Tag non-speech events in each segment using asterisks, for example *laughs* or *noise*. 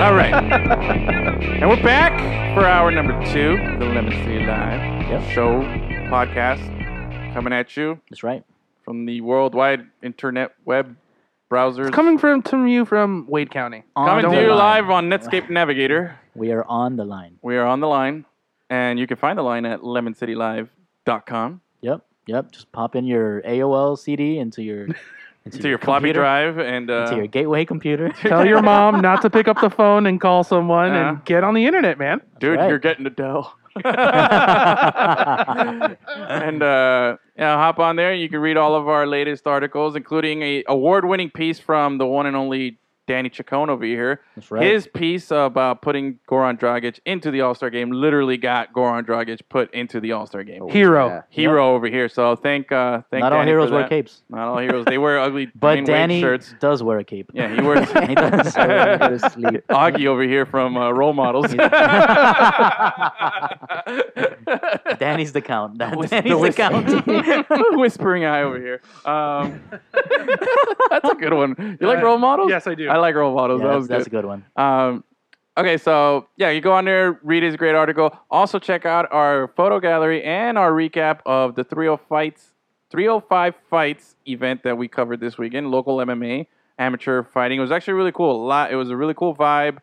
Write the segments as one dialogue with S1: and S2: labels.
S1: All
S2: *laughs*
S1: right. and we're back for hour number two, the Lemon City Live
S2: Yep.
S1: show podcast coming at you
S2: That's right.
S1: from the worldwide internet web browsers.
S3: Coming from, from you from Wade
S1: *laughs*
S3: County.
S1: coming
S3: don't
S1: to you
S3: lie.
S1: live on Netscape Navigator.
S2: We are on the line.
S1: We are on the line, and you can find the line at lemoncitylive.com.
S2: Yep. Yep. Just pop in your AOL CD into
S1: *laughs*
S2: your into,
S1: To your floppy
S2: computer,
S1: drive and uh,
S2: into your
S1: *laughs*
S2: gateway computer.
S3: Tell your mom not to pick up the phone and call someone
S1: Yeah.
S3: and get on the internet, man.
S1: dude,
S2: right.
S1: you're getting
S2: *laughs*
S1: Adele. and uh, yeah, hop on there. You can read all of our latest articles, including a award-winning piece from the one and only Danny Chacon over here.
S2: That's right.
S1: His piece about putting Goran Dragic into the All Star game literally got Goran Dragic put into the All Star game.
S3: Hero.
S4: yeah.
S1: Hero over here. So thank, uh, thank.
S2: Oh. Not all
S1: Danny
S2: heroes
S1: for
S2: wear
S1: that.
S2: capes,
S1: Not all heroes. They wear ugly
S2: *laughs* but
S1: Dwayne Wade
S2: Danny *laughs*
S1: shirts.
S2: does wear a cape.
S1: Yeah, he
S2: *laughs*
S1: wears. *laughs*
S2: He does.
S4: So I go to sleep.
S1: Augie over here from uh, Role Models.
S2: *laughs* Danny's the count. *laughs* Danny's
S1: the
S2: the,
S1: whisper. *laughs*
S2: count.
S1: Whispering eye over here. Um, *laughs* that's a good one. You like role models?
S3: Yes, I do.
S1: I like role models.
S2: *laughs* Yeah,
S1: that
S2: that's,
S1: was
S2: that's a
S1: good.
S2: good one.
S1: Um, okay, so yeah, you go on there, read his great article. Also, check out our photo gallery and our recap of the 305 fights, 305 fights event that we covered this weekend. Local MMA, amateur fighting. It was actually really cool. A lot. It was a really cool vibe.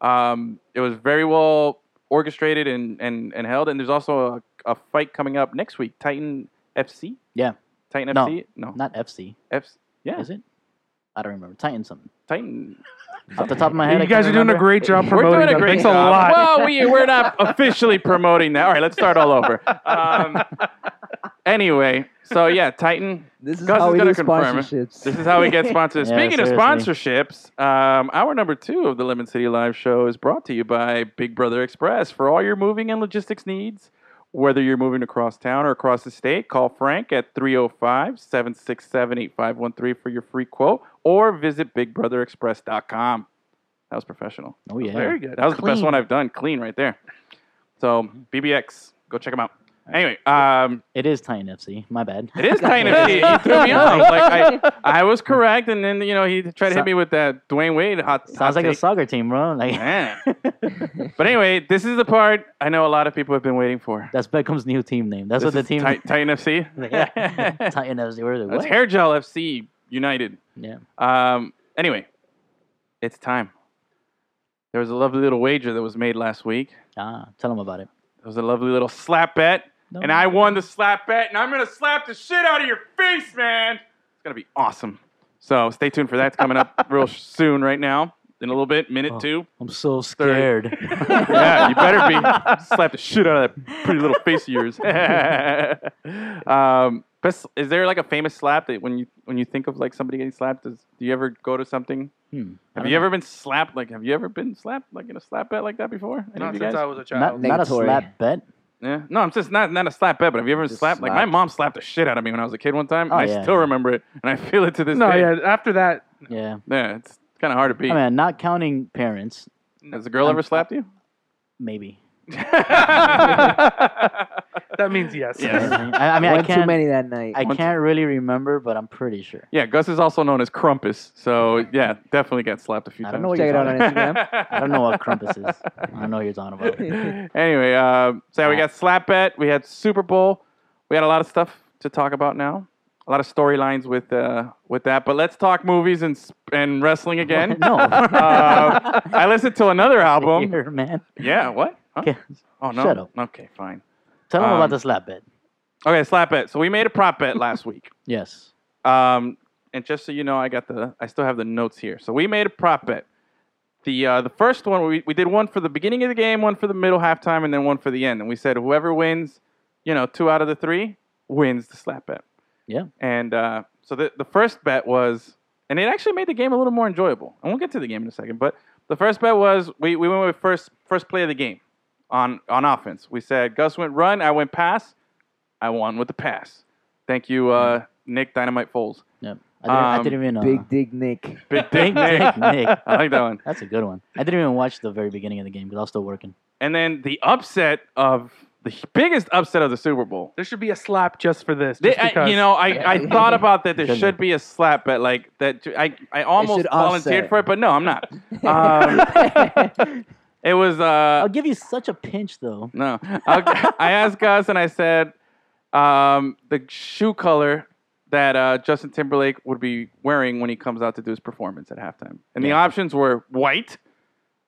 S1: Um, it was very well orchestrated and and, and held. And there's also a, a fight coming up next week. Titan FC.
S2: Yeah.
S1: Titan
S2: No.
S1: FC. No.
S2: Not FC,
S1: F- yeah.
S2: is it? I don't remember. Titan something.
S1: Titan.
S2: Off the top of my head,
S3: you
S2: I
S3: guys are
S2: can't
S3: doing a
S2: remember.
S3: great job promoting.
S1: We're doing
S3: that.
S1: a great
S3: Thanks
S1: job.
S3: a lot.
S1: Well, we, we're not officially promoting that. All right, let's start all over. Um, anyway, so yeah, Titan.
S4: This is
S1: Gus
S4: how
S1: is
S4: we
S1: gonna
S4: do
S1: confirm it. This
S4: sponsorships.
S1: is how we get sponsors.
S2: Yeah,
S1: Speaking of
S2: seriously.
S1: sponsorships, um, hour number two of the Lemon City Live show is brought to you by Big Brother Express. For all your moving and logistics needs, whether you're moving across town or across the state, call Frank at 305 767 8513 for your free quote or visit bigbrotherexpress.com. That was professional.
S2: Oh yeah.
S3: Very good.
S1: That was the best
S2: Clean. Mm-hmm.
S1: one I've done. Clean right there. So BBX, go check them out. Anyway, um,
S2: It is Titan FC. My bad.
S1: it
S2: *laughs*
S1: is kind of he, he threw me off. Like I, I was correct, and then you know he tried to hit me with that Dwayne Wade hot. hot
S2: Sounds like a
S1: take.
S2: soccer team, bro.
S1: *laughs*
S2: Like
S1: Man. but anyway, this is the part I know a lot of people have been waiting for.
S2: *laughs* that's Beckham's new team name. That's
S1: This
S2: what
S1: is
S2: the team. *laughs*
S1: Ti- Titan FC.
S2: yeah. Titan FC. Where the
S1: *laughs* That's
S2: what?
S1: Hair Gel FC United.
S2: Yeah.
S1: Um, anyway, it's time. There was a lovely little wager that was made last week.
S2: Ah, tell them about it.
S1: There was a lovely little slap bet.
S2: No.
S1: And I won the slap bet, and I'm gonna slap the shit out of your face, man. It's gonna be awesome. So stay tuned for that. It's coming
S2: *laughs*
S1: up real soon, right now, in a little bit, minute
S2: Oh.
S1: two.
S2: I'm so scared.
S1: *laughs* Yeah, you better
S2: *laughs*
S1: be slap the shit out of that pretty little face of yours. um, but s- is there like a famous slap that when you when you think of like somebody getting slapped, does, do you ever go to something?
S2: Hmm. I
S1: Have
S2: don't
S1: you ever been slapped? Like, have you ever been slapped like in a slap bet like that before? Any
S3: Not
S1: of you
S3: since
S1: guys?
S3: I was a
S2: Not,
S3: child.
S2: not a
S4: Negatory.
S2: slap bet.
S1: Yeah. No, I'm just not not a slap bet, but have you ever
S4: Just
S1: slapped? Like my
S4: slapped.
S1: mom slapped the shit out of me when I was a kid one time,
S2: Oh,
S1: and I
S2: yeah,
S1: still
S2: yeah.
S1: remember it, and I feel it to this
S3: no,
S1: day.
S3: yeah.
S1: *laughs*
S3: After that,
S2: Yeah.
S1: Yeah, it's kind of hard to beat.
S2: I mean, not counting parents,
S1: Has a girl ever slapped you? *laughs*
S2: maybe.
S3: that means yes.
S1: *laughs* Yeah.
S2: I, I mean, I
S4: One too
S2: can't.
S4: many that night.
S2: I
S1: One-
S2: can't really remember, but I'm pretty sure.
S1: Yeah, Gus is also known as Crumpus, so yeah, definitely got slapped a few
S2: I
S1: times.
S2: don't know what
S4: Check
S2: you're
S4: it out
S2: talking
S4: on
S2: about.
S4: Instagram.
S2: I don't know what Crumpus is. I don't know what you're talking
S1: *laughs*
S2: about.
S1: anyway, uh, so yeah, we got slap bet, we had Super Bowl, we had a lot of stuff to talk about now, a lot of storylines with uh, with that. But let's talk movies and s- and wrestling again.
S2: *laughs* no.
S1: Uh, I listened to another *laughs* album.
S2: *laughs* Here, man.
S1: Yeah, what? Huh?
S2: Okay.
S1: Oh no.
S2: Shut up.
S1: Okay, fine.
S2: Tell them
S1: Um,
S2: about the slap bet.
S1: Okay, slap bet. So we made a prop bet last week.
S2: Yes.
S1: Um, and just so you know, I got the I still have the notes here. So we made a prop bet. The uh, the first one we, we did one for the beginning of the game, one for the middle halftime, and then one for the end. And we said whoever wins, you know, two out of the three wins the slap bet.
S2: Yeah.
S1: And uh, so the the first bet was, and it actually made the game a little more enjoyable. And we'll get to the game in a second. But the first bet was we, we went with first first play of the game on on offense. We said Gus went run, I went pass, I won with the pass. Thank you, uh, Nick Dynamite Foles.
S2: Yep. I didn't, I
S1: um,
S2: didn't even know.
S4: *laughs*
S2: *laughs*
S4: Big Dig Nick.
S1: Big Dick Nick.
S2: Nick. Nick.
S1: I like that one.
S2: That's a good one. I didn't even watch the very beginning of the game because I was still working.
S1: And then the upset of the biggest upset of the Super Bowl.
S3: *laughs* There should be a slap just for this.
S1: They-
S3: Just
S1: I-
S3: because.
S1: you know, I, I thought about that. There
S2: Shouldn't
S1: should be a slap, but like that, I I almost
S4: should
S1: volunteered
S4: offset.
S1: for it, but no, I'm
S4: *laughs*
S1: not. Um,
S4: Um,
S1: *laughs* it was uh
S2: I'll give you such a pinch though.
S1: no. I, I asked Gus, and I said um, the shoe color that uh, Justin Timberlake would be wearing when he comes out to do his performance at halftime, and the options were white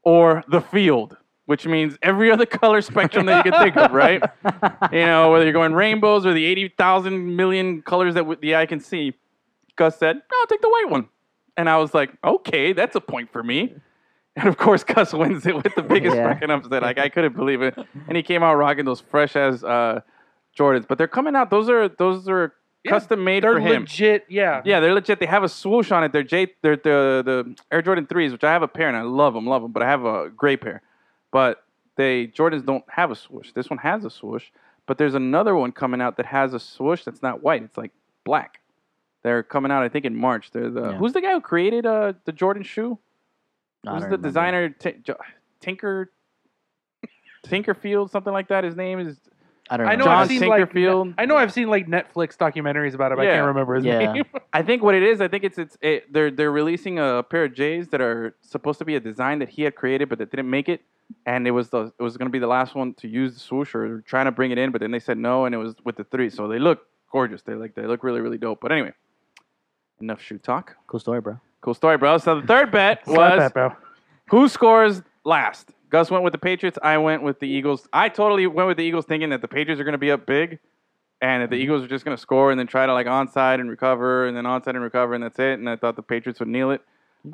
S1: or the field. Which means every other *laughs* color spectrum that you can think of, right? you know, whether you're going rainbows or the 80,000 million colors that w- the eye can see. Gus said, I'll take the white one. And I was like, okay, that's a point for me. And of course, Gus *laughs* wins it with the biggest
S4: Yeah.
S1: fucking upset. Like, I couldn't believe it. And he came out rocking those fresh ass uh, Jordans. But they're coming out, those are those are
S3: Yeah,
S1: custom made
S3: they're
S1: for him.
S3: legit. Yeah.
S1: Yeah, they're legit. They have a swoosh on it. They're J, they're the the Air Jordan threes, which I have a pair and I love them, love them. But I have a gray pair. But they Jordans don't have a swoosh. This one has a swoosh, but there's another one coming out that has a swoosh that's not white. It's like black. They're coming out, I think, in March. They're the
S2: Yeah.
S1: who's the guy who created uh the Jordan shoe?
S2: I
S1: Who's
S2: don't
S1: the
S2: remember.
S1: designer? Ti- Jo- Tinker. Tinkerfield, something like that. His name is
S2: I don't
S3: I
S2: remember.
S3: know
S1: John
S3: I've seen like
S1: Tinkerfield.
S3: I know I've seen like Netflix documentaries about him. I
S1: Yeah.
S3: can't remember his
S2: Yeah.
S3: name. *laughs*
S1: I think what it is, I think it's it's it, they're they're releasing a pair of J's that are supposed to be a design that he had created, but that didn't make it, and it was the it was going to be the last one to use the swoosh or trying to bring it in, but then they said no, and it was with the three, so they look gorgeous. They like they look really really dope. But anyway, enough shoe talk.
S2: cool story, bro.
S1: Cool story, bro. So the third
S3: *laughs*
S1: bet
S3: Slap
S1: was
S3: that, bro.
S1: who scores last? Gus went with the Patriots. I went with the Eagles. I totally went with the Eagles thinking that the Patriots are going to be up big and that the Eagles are just going to score and then try to like onside and recover and then onside and recover and that's it. And I thought the Patriots would kneel it.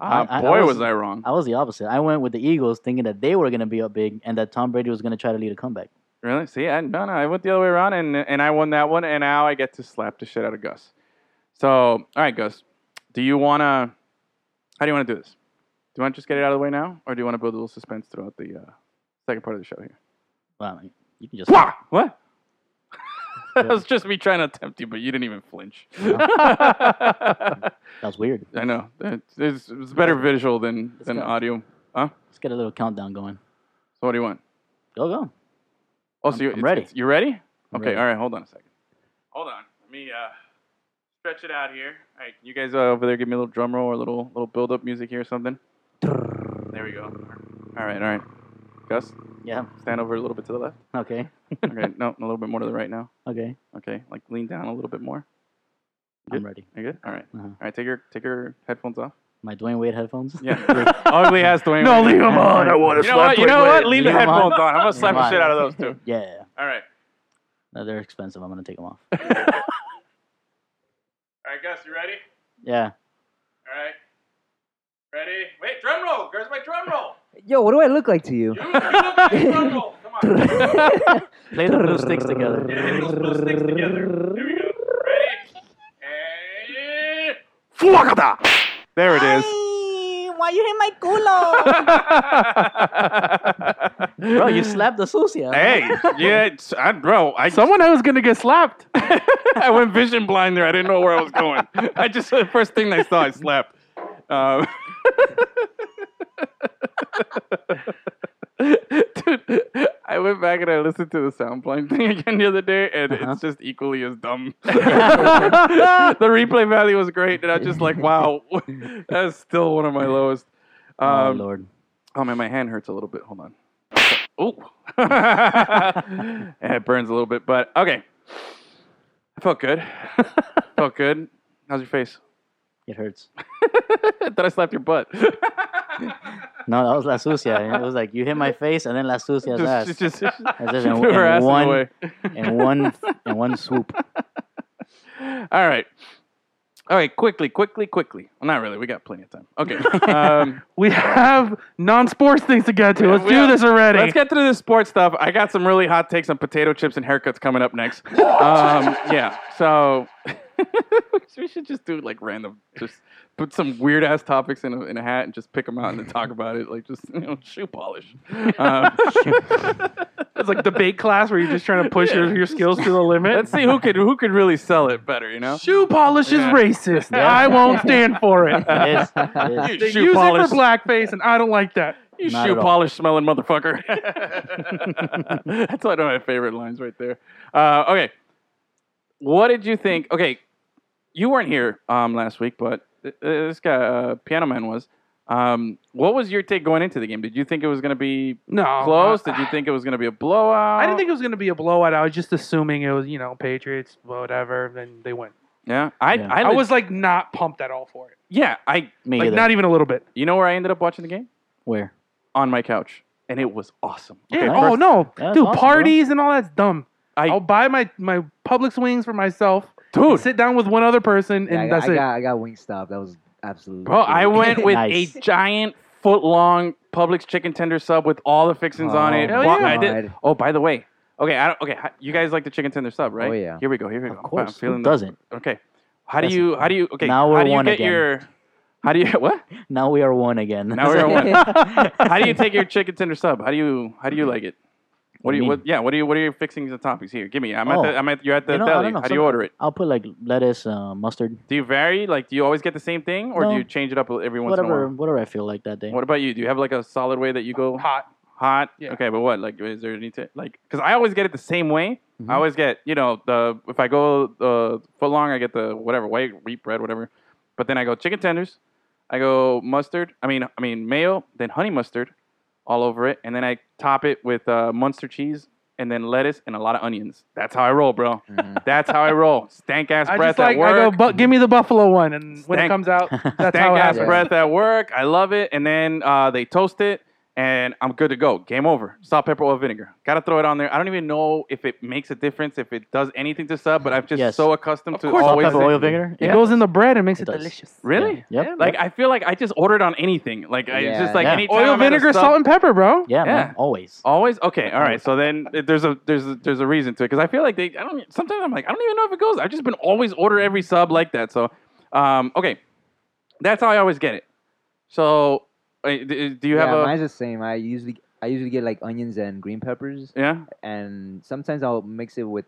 S1: Uh,
S2: I- I- I
S1: boy, was,
S2: was-
S1: I wrong.
S2: I was the opposite. I went with the Eagles thinking that they were going to be up big and that Tom Brady was going to try to lead a comeback.
S1: Really? See, I, no, no. I went the other way around and, and I won that one. And now I get to slap the shit out of Gus. So, all right, Gus, do you want to, how do you want to do this? Do you want to just get it out of the way now or do you want to build a little suspense throughout the uh, second part of the show here?
S2: Wow, you can just
S1: Wah! What? *laughs* that was just me trying to tempt you, but you didn't even flinch.
S3: *laughs*
S1: I
S2: that was weird.
S1: know. It's, it's better visual than,
S2: Let's
S1: than
S2: go.
S1: audio. Huh?
S2: Let's get a little countdown going.
S1: So what do you want?
S2: Go go.
S1: Oh,
S2: I'm-
S1: so you,
S2: I'm
S1: it's-
S2: ready.
S1: it's- you ready?
S2: I'm
S1: okay,
S2: ready.
S1: all right. Hold on a second. Hold on. Let me uh, stretch it out here. All right, you guys uh, over there, give me a little drum roll or a little little build up music here or something. There we go. All right, all right. Gus,
S2: Yeah. *laughs*
S1: stand over a little bit to the left.
S2: Okay.
S1: Okay, no, a little bit more to the right now.
S2: Okay.
S1: Okay, like lean down a little bit more.
S2: I'm ready.
S1: You good? All right.
S2: Uh-huh.
S1: All right. Take your take your headphones off.
S2: My Dwayne Wade headphones. *laughs*
S1: Yeah. *laughs* Ugly ass Dwayne.
S3: No,
S1: Wade.
S3: leave him on. I want
S1: You
S3: to
S1: know what?
S3: slap
S1: You know
S3: Wade.
S1: what? Leave the
S2: Leave 'em on.
S1: headphones on. I'm gonna
S2: Leave
S1: slap
S2: 'em
S1: the
S2: on.
S1: shit out of those two.
S2: Yeah.
S1: All right.
S2: No, they're expensive. I'm going to take them off.
S1: All right, Gus. You ready?
S2: Yeah.
S1: All right. Ready? Wait. Drum roll. Where's my drum roll?
S4: Yo, what do I look like to you? *laughs*
S1: You, you look at *laughs*
S2: *laughs*
S1: the drum roll. Come on.
S2: Play the
S1: *laughs*
S2: blue sticks together.
S1: Yeah, hit those blue sticks together. There we go. Ready? And... There it is.
S2: Why you hit my culo? Bro, you slapped the sucia.
S1: Hey, yeah, it's- I, bro, I
S3: *laughs* Someone I was gonna get slapped.
S1: I went vision blind there. I didn't know where I was going. I just the first thing I saw, I slapped. Um, *laughs* dude, I went back and I listened to the soundplane thing again the other day, and
S2: Uh-huh.
S1: it's just equally as
S2: *laughs*
S1: dumb. *laughs* the replay value was great, and I was just like, wow, *laughs* that's still one of my lowest.
S2: oh,
S1: Um,
S2: Lord.
S1: Oh man, my hand hurts a little bit. Hold on. Oh, *laughs* yeah, it burns a little bit, but okay. I felt good. *laughs* felt good. How's your face?
S2: It hurts.
S1: Thought *laughs* I slapped your *laughs* butt.
S2: No, that was La Sucia. eh? It was like, you hit my face and then La Sucia's ass.
S1: just, just, just,
S2: As if
S1: *laughs* she
S2: in-
S1: threw her
S2: in
S1: ass in the
S2: one-
S1: way.
S2: in one in one swoop.
S1: *laughs* All right. All right, quickly, quickly, quickly. Well, not really. We got plenty of time.
S2: *laughs*
S1: Okay. Um,
S3: We have non-sports things to get to. Let's
S1: we
S3: do
S1: have-
S3: this already.
S1: Let's get to this sports stuff. I got some really hot takes on potato chips and haircuts coming up next. um, yeah, so *laughs* we should just do like random, just put some weird ass topics in a, in a hat and just pick them out and then talk about it, like just you know shoe polish. Um,
S3: It's like debate class where you're just trying to push your, your skills to the limit.
S1: let's see who could who could really sell it better, you know?
S3: Shoe polish
S1: Yeah.
S3: is
S1: *laughs*
S3: racist. I won't stand for it.
S2: It is, it is.
S1: Dude,
S3: They use it for blackface, and I don't like that.
S1: You
S2: Not
S1: shoe
S2: at all.
S1: polish smelling motherfucker. *laughs* That's one of my favorite lines right there. Uh, okay. What did you think? Okay. You weren't here um, last week, but th- th- this guy, uh, Piano Man, was. Um, what was your take going into the game? Did you think it was going to be
S3: No,
S1: close?
S3: Oh, I-
S1: Did you think it was going to be a blowout?
S3: I didn't think it was going to be a blowout. I was just assuming it was, you know, Patriots, whatever. Then they win.
S1: Yeah. I,
S2: Yeah.
S1: I,
S3: I
S1: leg-
S3: was like not pumped at all for it.
S1: Yeah. I.
S2: Me
S3: Like
S2: either.
S3: not even a little bit.
S1: You know where I ended up watching the game?
S2: Where?
S1: On my couch, and it was awesome.
S3: Yeah.
S2: nice.
S3: oh no,
S2: That's
S3: dude,
S2: awesome, bro.
S3: parties and all that's dumb.
S1: I-
S3: I, will buy my my Publix wings for myself.
S1: Dude,
S3: Sit down with one other person, and
S4: Yeah, I, got,
S3: that's
S4: I
S3: it.
S4: got I got Wingstop. That was absolutely.
S1: Bro, I
S2: *laughs*
S4: *laughs*
S1: went with
S2: Nice.
S1: a giant foot long Publix chicken tender sub with all the fixings on it.
S3: Hell
S1: Wa-
S3: yeah.
S1: I did-
S4: *laughs* God.
S1: Oh, by the way, okay, I don't, okay, h- you guys like the chicken tender sub, right?
S4: Oh, yeah.
S1: Here we go. Here we go.
S2: Of
S1: I'm
S2: course.
S1: feeling
S2: Who
S1: the-
S2: doesn't?
S1: Okay. How do
S2: That's-
S1: you? How do you? Okay.
S2: Now
S1: how
S2: we're
S1: do you
S2: one
S1: get
S2: again.
S1: your? How do you? *laughs* What?
S2: Now we are one again.
S1: Now we're one.
S4: Mm-hmm.
S1: How do you take
S2: *laughs*
S1: your chicken tender sub? How do you? How do you like it? What
S2: What
S1: do
S2: do
S1: you?
S2: you
S1: What, yeah. What are you? What are your fixings and toppings here? Give me. I'm
S2: Oh.
S1: at. The, I'm at. You're at the
S2: You know, I
S1: deli.
S2: don't know.
S1: How do you order it?
S2: *laughs* I'll put like lettuce, uh, mustard,
S1: Do you vary? Like, do you always get the same thing, or do
S2: No.
S1: you change it up every once in a
S2: whatever,
S1: while?
S2: whatever I feel like that day.
S1: What about you? Do you have like a solid way that you go?
S3: hot.
S1: Hot.
S3: Yeah.
S1: Okay, but what? Like, is there any t- like? Because I always get it the same way.
S3: Mm-hmm.
S2: Mhm.
S1: I always get you know the if I go the foot long, I get the whatever white wheat bread, whatever. But then I go chicken tenders. I go mustard. I mean, I mean mayo, then honey mustard, all over it, and then I top it with uh, Munster cheese and then lettuce and a lot of onions. That's how I roll, bro. That's how I roll. Stank ass
S3: I
S1: breath
S3: just like
S1: at work.
S3: I go, but give me the buffalo one, and when
S1: Stank-
S3: it comes
S1: *laughs*
S3: out, that's how
S1: Stank
S3: it
S1: ass
S3: happens.
S4: Yeah.
S1: breath at work. I love it. And then uh, they toast it, and I'm good to go. Game over. Salt, pepper, oil, vinegar. Gotta throw it on there. I don't even know if it makes a difference, if it does anything to sub, but I'm just
S2: Yes.
S1: so accustomed
S3: Of
S1: to
S3: course,
S2: Salt,
S1: always.
S2: pepper, oil, vinegar.
S3: It goes in the bread and makes
S2: It
S3: it,
S2: does.
S3: delicious.
S1: Really?
S2: Yep.
S4: Yeah.
S1: Like I feel like I just ordered on anything. Like I it's
S4: Yeah.
S1: just like
S2: Yeah.
S1: anytime
S3: Oil,
S1: I'm at a
S3: vinegar,
S1: sub-
S3: salt, and pepper, bro.
S2: Yeah, man.
S1: Yeah.
S2: Always.
S1: Always okay. All right. So then it- there's a there's a, there's a reason to it because I feel like they I don't e, sometimes I'm like I don't even know if it goes. I've just been always order every sub like that. So um okay, that's how I always get it. So uh, d- do you have
S4: yeah,
S1: a
S4: mine's the same. I usually I usually get like onions and green peppers,
S1: yeah?
S4: and sometimes I'll mix it with.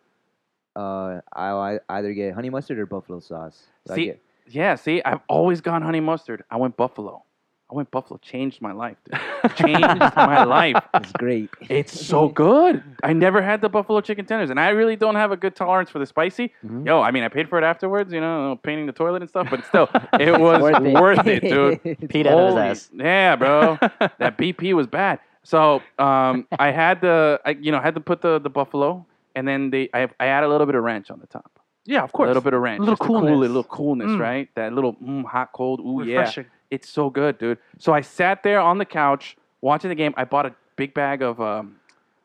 S4: Uh, I'll ei- either get honey mustard or buffalo sauce. So I
S1: See-
S4: get-
S1: Yeah, see, I've always gone honey mustard. I went buffalo. I went buffalo. Changed my life. dude. Changed my life.
S4: it's great.
S1: It's so good. I never had the buffalo chicken tenders, and I really don't have a good tolerance for the spicy.
S2: Mhm.
S1: Yo, I mean, I paid for it afterwards. You know, painting the toilet and stuff, but still, it was worth
S4: *laughs* Worth
S1: it,
S4: it.
S1: dude.
S2: Pete out of his
S1: Holy-
S2: ass.
S1: Yeah, bro. that BP was bad. So um, I had the, I, you know, had to put the, the buffalo, and then they, I, I add a little bit of ranch on the top.
S3: Yeah, of
S1: A
S3: course.
S1: little bit of ranch.
S3: A little
S1: just to Cool it,
S3: coolness.
S1: a little coolness,
S3: Mm.
S1: right? That little mm, hot, cold. Ooh, yeah.
S3: Refreshing.
S1: It's so good, dude. So I sat there on the couch watching the game. I bought a big bag of. Um,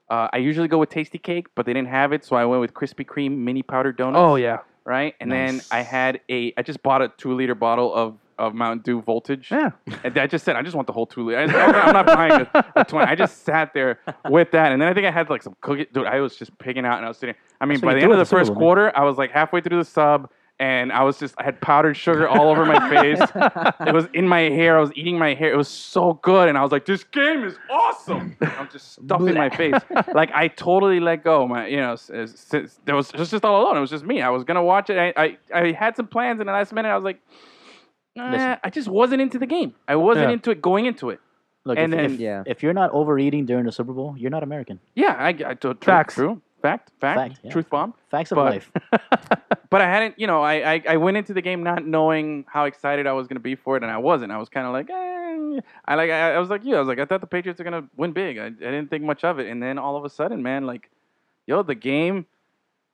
S1: uh, I usually go with Tasty Cake, but they didn't have it, so I went with Krispy Kreme mini powdered donuts.
S3: Oh yeah.
S1: right. And then
S2: Nice.
S1: I had a. I just bought a two liter bottle of. Of Mountain Dew Voltage,
S3: Yeah.
S1: and I just said I just want the whole two liter. I, am not buying a, a twenty. I just sat there with that, and then I think I had like some cookie. Dude, I was just picking out, and I was sitting. I mean,
S2: That's what
S1: by
S2: you
S1: the end
S2: do
S1: of
S2: at
S1: the
S2: the Super
S1: first
S2: Bowl, man.
S1: quarter, I was like halfway through the sub, and I was just I had powdered sugar all over my
S2: *laughs*
S1: face it was in my hair. I was eating my hair. It was so good, and I was like, "This game is awesome." I'm just stuffing my
S2: *laughs*
S1: face. Like I totally let go. My, you know, s- s- s- there was it was just all alone. It was just me. I was gonna watch it. I, I, I had some plans, and the last minute, I was like, nah,
S2: Listen.
S1: "I just wasn't into the game. I wasn't
S3: Yeah.
S1: into it going into it."
S2: Look,
S1: And
S2: if,
S1: then-
S2: if,
S4: Yeah.
S2: if you're not overeating during the Super Bowl, you're not American.
S1: Yeah, I, I true,
S3: Facts.
S1: True. Fact, fact,
S2: Fact, yeah.
S1: truth bomb.
S2: Facts of
S1: But-
S2: life.
S1: But I hadn't, you know, I, I, I went into the game not knowing how excited I was going to be for it, and I wasn't. I was kind of like, eh. I like, I, I was like, you, I was like, I thought the Patriots are going to win big. I, I didn't think much of it, and then all of a sudden, man, like, yo, the game,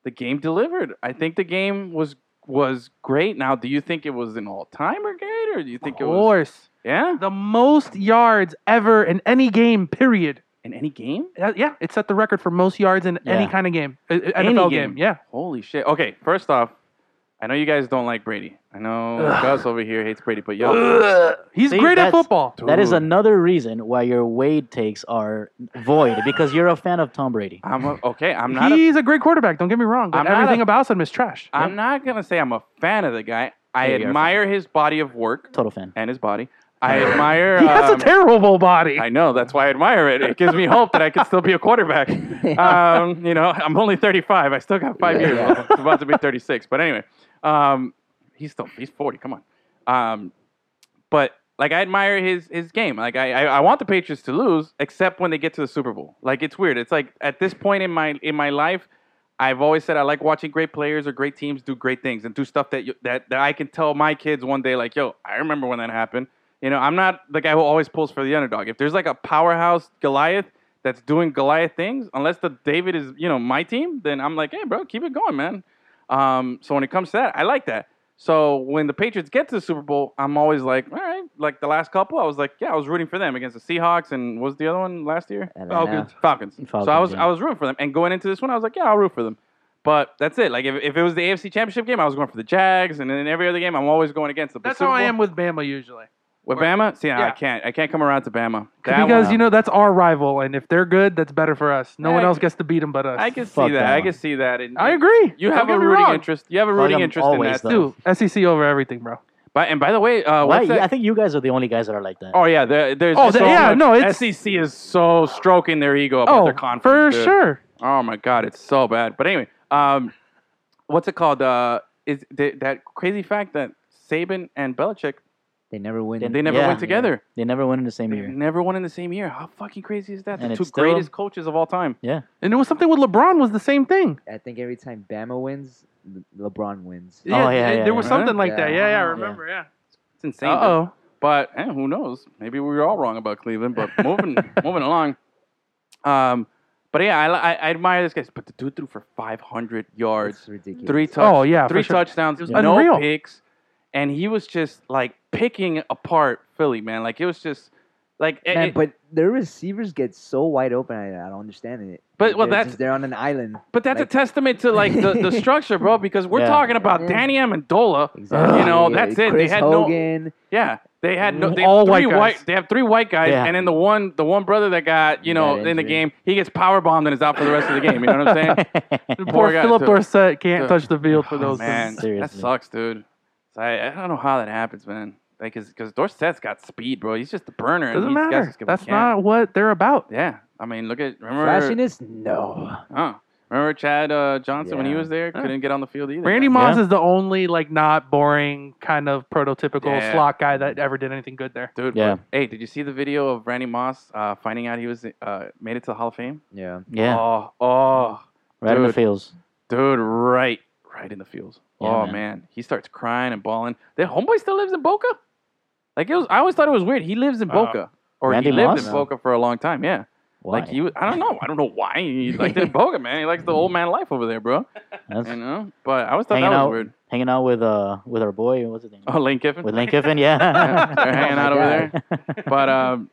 S1: the game delivered. I think the game was was great. Now, do you think it was an all timer great, or do you think
S3: of
S1: it was?
S3: course.
S1: Yeah,
S3: The most yards ever in any game. Period.
S1: in any game.
S3: Uh, Yeah, it set the record for most yards in any
S2: Yeah.
S3: kind of game, Uh, uh,
S1: Any game.
S3: NFL game. Yeah.
S1: Holy shit. Okay, first off, I know you guys don't like Brady. I know Gus over here hates Brady, but yo,
S3: He's
S2: See,
S3: great at
S2: that's-
S3: football.
S2: That is
S1: Dude.
S2: another reason why your Wade takes are void because you're a fan of Tom Brady.
S1: I'm a, okay. I'm not. a
S3: He's a, great quarterback. Don't get me wrong. But
S1: I'm not
S3: everything
S1: a-
S3: about him is trash.
S1: I'm not gonna say I'm a fan of the guy. I
S2: Yeah, you are a
S1: admire his body of work
S2: Total fan.
S1: and his body. I admire.
S3: he has
S1: *laughs* um,
S3: a terrible body.
S1: I know that's why I admire it. It gives me hope that I can still be a quarterback. *laughs* Um, you know, I'm only 35. I still got five
S4: Yeah,
S1: years.
S4: yeah.
S1: I'm about to be 36. But anyway, um, he's still he's 40. Come on. Um, but like I admire his his game. Like I, I I want the Patriots to lose, except when they get to the Super Bowl. Like it's weird. It's like at this point in my in my life, I've always said I like watching great players or great teams do great things and do stuff that you, that that I can tell my kids one day. Like yo, I remember when that happened. You know, I'm not the guy who always pulls for the underdog. If there's like a powerhouse Goliath that's doing Goliath things, unless the David is you know my team, then I'm like, hey bro, keep it going, man. Um, so when it comes to that, I like that. So when the Patriots get to the Super Bowl, I'm always like, all right. Like the last couple, I was like, yeah, I was rooting for them against the Seahawks and what was the other one last year?
S4: I don't
S3: Falcons.
S1: Falcons.
S2: Falcons,
S1: So I was
S2: yeah.
S1: I was rooting for them, and going into this one, I was like, yeah, I'll root for them. But that's it. Like if, if it was the AFC Championship game, I was going for the Jags, and then every other game, I'm always going against them. But
S3: That's
S1: Super
S3: how I
S1: Bowl-
S3: am with Bama usually.
S1: with Bama. See, no, I
S3: Yeah.
S1: can't I can't come around to Bama. That one-
S3: Because you know that's our rival, and if they're good, that's better for us. No
S1: Yeah,
S3: one
S1: I-
S3: else gets to beat them but us.
S1: I can see
S2: Fuck
S1: that.
S2: Bama.
S1: I can see that. And
S3: I agree.
S1: You
S3: Don't
S1: have
S3: get
S1: a
S3: me
S1: rooting
S3: wrong.
S1: interest. You have a
S2: Fight
S1: rooting
S2: them
S1: interest
S2: always,
S1: in that.
S2: though.
S3: Dude, SEC over everything,
S1: Oh,
S3: bro.
S1: But and by the way, uh,
S2: Why?
S1: what's that?
S2: I think you guys are the only guys that are like that.
S1: Oh yeah, there, there's
S3: Oh,
S1: so
S3: the- yeah,
S1: much-
S3: no, it's-
S1: SEC is so stroking their ego about
S3: Oh,
S1: their conference.
S3: for
S1: dude.
S3: sure.
S1: Oh my god, it's so bad. But anyway, um, what's it called? Uh, is th- that crazy fact that Saban and Belichick
S4: *laughs* They never win.
S1: they never
S2: Yeah.
S1: went together?
S2: They never win in the same
S1: They *laughs*
S2: year.
S1: never won in the same year. How fucking crazy is that?
S2: And
S1: the two
S2: it's still-
S1: greatest coaches of all time.
S3: And it was something with LeBron was the same
S1: Oh,
S3: thing.
S4: I think every time Bama wins, Le- LeBron wins.
S2: Yeah, Oh, yeah,
S3: there-
S2: yeah,
S3: there was
S1: yeah.
S3: something like that.
S4: Yeah.
S3: Yeah, yeah, I
S4: Yeah.
S3: remember. Yeah.
S1: It's insane.
S3: Uh oh.
S1: But eh, who knows? Maybe we were all wrong about Cleveland. But moving
S2: *laughs*
S1: moving along. Um, but yeah, I, I, I admire this guy. But the dude threw for 500 yards,
S4: It's ridiculous.
S1: three touchdowns.
S3: Oh yeah.
S1: three
S3: for sure.
S1: touchdowns,
S3: It was
S1: no
S3: unreal.
S1: picks, and he was just like picking apart Philly, man. Like it was just like it-
S4: Man,
S1: it- but,
S4: but their receivers get so wide open. I, I don't understand it.
S1: But, well,
S4: They're
S1: that's-
S4: just- they're on an island.
S1: that's
S4: like-
S1: a testament to like the,
S3: *laughs*
S1: the structure, bro. Because we're
S2: Yeah.
S1: talking about
S4: Yeah.
S1: Danny Amendola.
S4: Exactly.
S1: You know,
S4: Yeah,
S1: that's it.
S4: Chris
S1: they had no.
S4: Hogan.
S1: Yeah, they had no. They
S3: Mm-hmm. All
S1: have three
S3: white guys.
S1: They have three white guys,
S2: Yeah.
S1: and then the one the one brother that got you know
S4: Got
S1: in the
S4: injured.
S1: game, he gets power bombed and is out for the rest of the game. You know what I'm saying?
S3: *laughs* Poor
S1: Poor guy,
S3: Philip
S1: too.
S3: Dorsett can't
S1: Dude.
S3: touch the field for
S1: Oh,
S3: those.
S1: man,
S3: things.
S1: that
S2: Seriously.
S1: sucks, dude. So I, I don't know how that happens, man. Like, cause, 'cause Dorsett's got speed, bro. He's just the burner. and
S3: Doesn't
S1: these guys
S3: matter.
S1: just give a
S3: That's
S1: can.
S3: not what they're about.
S1: Yeah, I mean, look at remember.
S4: Flashiness? No.
S1: Huh. Remember Chad uh, Johnson when he
S4: Yeah.
S1: was there?
S3: Yeah.
S1: Couldn't get on the field either.
S3: Randy
S1: Yeah.
S3: Moss is the only like not boring kind of prototypical
S1: Yeah.
S3: slot guy that ever did anything good there.
S1: Dude,
S2: Yeah.
S1: but- hey, did you see the video of Randy Moss uh, finding out he was uh, made it to the Hall of Fame? *laughs*
S4: Yeah.
S2: *laughs* yeah,
S1: Oh, oh,
S2: right in the
S1: dude.
S2: fields.
S1: dude, right, right in the fields.
S2: Yeah,
S1: oh man.
S2: man.
S1: he starts crying and bawling. That homeboy still lives in Boca. Like it was, I always thought it was weird. He lives in
S3: Oh.
S1: Boca, or
S2: Randy
S1: he lived
S2: Moss?
S1: in Boca for a long time. Yeah.
S2: Why?
S1: Like he was, I don't know. I don't know why he liked
S2: *laughs*
S1: it in Boca, man. He likes the old man life over there, bro.
S2: That's-
S1: You know? But I always thought
S2: hanging
S1: that was
S2: out,
S1: weird.
S2: hanging out with uh with our boy. What's his name?
S1: Oh, Lane Kiffin.
S2: *laughs* With Lane Kiffin,
S1: Yeah, *laughs* They're
S2: yeah. *laughs* Oh
S1: hanging out
S4: my
S1: over
S4: God.
S1: there. But um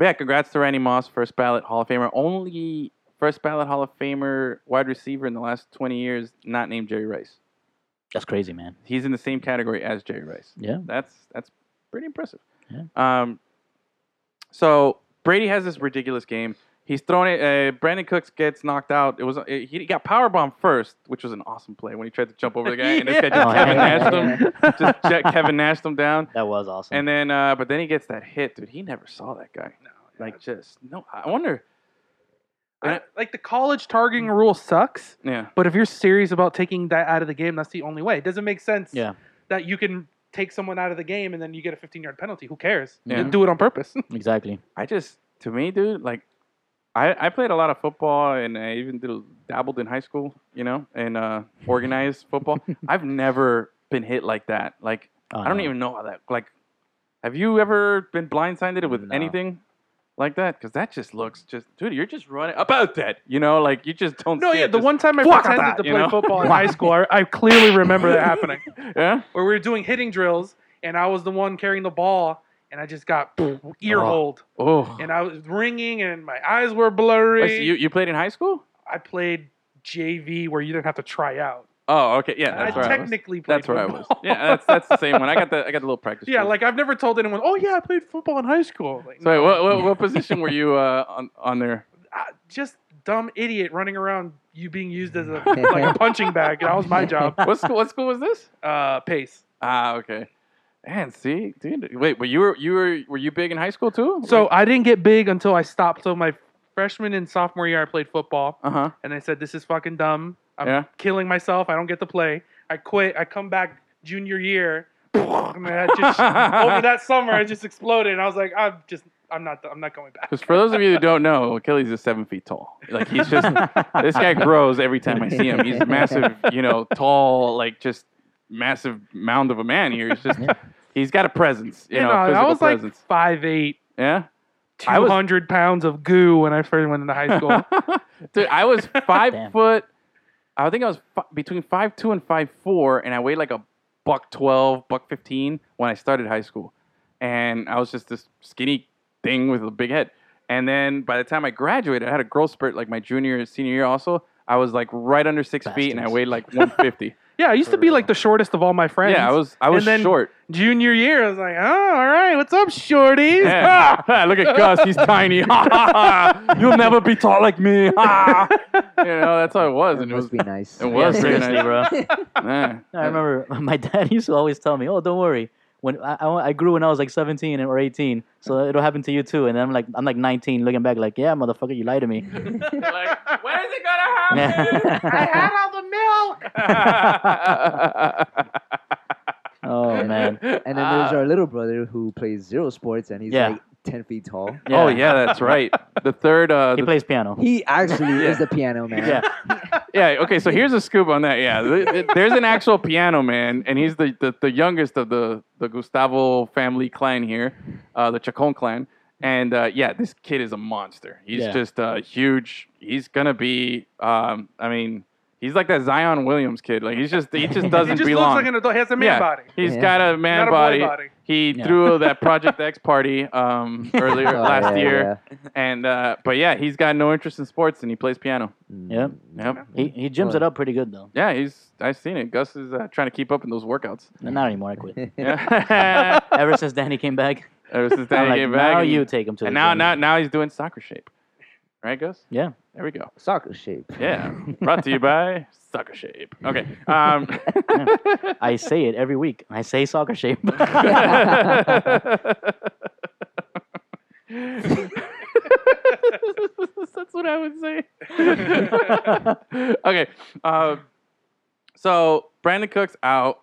S1: yeah, congrats to Randy Moss, first ballot Hall of Famer. Only first ballot Hall of Famer wide receiver in the last twenty years, not named Jerry Rice.
S2: That's crazy, man.
S1: He's in the same category as Jerry Rice.
S2: Yeah.
S1: That's that's pretty impressive.
S2: Yeah.
S1: Um so Brady has this ridiculous game. He's thrown it. Uh, Brandon Cooks gets knocked out. It was it, he got power bomb first, which was an awesome play when he tried to jump over the guy, and
S2: *laughs*
S3: *laughs*
S1: this guy
S3: Yeah.
S2: Oh,
S1: just Kevin Nashed him, just jet Kevin Nashed him down.
S2: That was awesome.
S1: And then, uh, but then he gets that hit, dude. He never saw that guy. like, just no. I wonder.
S3: *laughs* I- like the college targeting rule sucks,
S1: Yeah,
S3: but if you're serious about taking that out of the game, that's the only way. It doesn't make sense
S2: Yeah.
S3: that you can take someone out of the game and then you get a 15 yard penalty. Who cares?
S1: Yeah.
S3: You didn't do it on purpose. *laughs*
S2: exactly.
S1: I just to me, dude. Like, I I played a lot of football, and I even did, dabbled in high school, you know, and uh,
S3: *laughs*
S1: organized football. I've never been hit like that. Like,
S2: Oh,
S1: I don't
S2: no.
S3: Uh-huh.
S1: even know how that. Like, have you ever been blindsided with
S4: No.
S1: anything? Like that, because that just looks just, dude. You're just running about that, you know. Like you just don't.
S3: no,
S1: see
S3: yeah.
S1: it,
S3: The
S1: just-
S3: one time I
S1: Fuck
S3: pretended
S1: that,
S3: to
S1: you
S3: play
S1: know?
S3: football
S1: *laughs*
S3: in high school, I, I clearly remember that happening
S1: yeah.
S3: where we were doing hitting drills and I was the one carrying the ball and I just got ear
S2: Oh.
S3: holed
S1: Oh,
S3: and I was ringing and my eyes were blurry.
S1: Wait, so you you played in high school?
S3: I played JV where you didn't have to try out.
S1: Oh, okay, yeah. That's
S3: I
S1: where I was.
S3: technically played
S1: That's where I was.
S3: football.
S1: Yeah, that's that's the same one. I got the I got the little practice.
S3: *laughs* yeah,
S1: field.
S3: like I've never told anyone, "Oh yeah, I played football in high school." Like,
S1: So wait, what, what
S3: *laughs*
S1: what position were you uh, on on there?
S3: I- just dumb idiot running around you being used as a *laughs* like
S4: *laughs*
S3: a punching bag. That was my job.
S1: What school what school was this?
S3: Uh, pace.
S1: Ah, okay. And see, dude, wait, but you were you were were you big in high school too?
S3: So I didn't get big until I stopped. So my freshman and sophomore year, I played football,
S1: uh huh.
S3: and I said, "This is fucking dumb. I'm *laughs*
S1: Yeah.
S3: killing myself. I don't get to play." I quit. I come back junior year. and that
S1: *laughs*
S3: just over that summer it just exploded. And I was like, I'm just, I'm not, I'm not going back.
S1: Because for those of you who don't know, Achilles is seven feet tall. Like he's
S3: *laughs*
S1: just this guy grows every time I see him. He's massive, you know, tall, like just massive mound of a man here. He's just he's got a presence, you, know,
S3: uh, I
S1: physical
S3: was like
S1: presence.
S3: five eight.
S1: yeah. I was-
S3: 200 pounds of goo when I first went
S1: *laughs*
S3: into high school.
S1: Dude, I *laughs* was
S2: Damn.
S1: five foot. I think I was fi- between five two and five four, and I weighed like a buck twelve, buck fifteen when I started high school, and I was just this skinny thing with a big head. And then by the time I graduated, I had a growth spurt like my junior and senior year. Also, I was like right under six feet, and I
S2: Bastards.
S1: weighed like one fifty. *laughs*
S3: yeah, I used to be like the shortest of all my friends.
S1: yeah, I was I was
S3: And
S1: *laughs*
S3: then-
S1: short.
S3: junior year. I was like, oh, all right, what's up, shorties? *laughs*
S1: Yeah. *laughs* Look at Gus, he's tiny. *laughs* You'll never be tall like me. *laughs* you know, that's how it was,
S4: It
S1: and it was
S4: must be nice.
S1: it was
S4: *laughs*
S1: very nice, bro.
S2: I remember *laughs* my dad used to always tell me, "Oh, don't worry. When I, I, I grew when I was like 17 or 18, so it'll happen to you too." And then I'm like, I'm like 19, looking back, like, "Yeah, motherfucker, you
S1: *laughs*
S2: lied to me."
S1: like, when is it gonna
S3: had all the milk.
S1: happen?
S2: oh man.
S4: And then there's
S1: Ah.
S4: our little brother who plays zero sports, and he's
S2: Yeah.
S4: like ten feet tall.
S1: Oh yeah, that's right. The third, uh,
S4: *laughs*
S2: He
S1: the- *laughs*
S2: plays piano.
S4: He actually
S1: Yeah.
S4: is the piano man.
S2: Yeah.
S1: yeah. Okay, so here's a scoop on that. Yeah, th- th- there's an actual piano man, and he's the, the, the youngest of the the Gustavo family clan here, uh, the Chacon clan. And uh, yeah, this kid is a monster. He's
S2: Yeah.
S1: just uh, huge. He's gonna be. Um, I mean, he's like that Zion Williams kid. Like he's just he
S3: *laughs*
S1: just
S3: He
S1: doesn't
S3: just
S1: belong.
S3: looks like an adult. He has a man
S1: yeah,
S3: body.
S1: He's
S4: Yeah.
S1: got a man
S3: Not a boy
S1: body.
S3: body.
S1: He
S2: Yeah.
S1: threw that Project X party
S2: *laughs*
S1: um, earlier
S4: Oh,
S1: last
S4: yeah,
S1: year,
S4: yeah.
S1: and uh, but yeah, he's got no interest in sports and he plays piano.
S2: Yep.
S4: Mm.
S1: Yep.
S2: He he gyms it up pretty good though.
S1: Yeah, he's I've seen it. Gus is uh, trying to keep up in those workouts.
S2: Not anymore. I quit. *laughs*
S1: Yeah. *laughs*
S2: Ever since Danny came
S3: *laughs*
S2: back,
S1: Ever since
S2: I'm
S1: then
S2: like,
S1: he came back,
S2: now
S1: and,
S2: you take him to.
S1: and
S2: the
S1: now
S2: gym."
S1: now now he's doing soccer shape, right, Gus?
S2: Yeah.
S1: There we go.
S4: *laughs* Soccer shape.
S2: *laughs*
S1: Yeah, brought to you by Soccer Shape. Okay. Um,
S2: *laughs* I say it every week. I say soccer
S3: *laughs*
S2: shape. *laughs*
S1: *laughs* That's what I would say. *laughs* okay. Um, so Brandon Cooks out.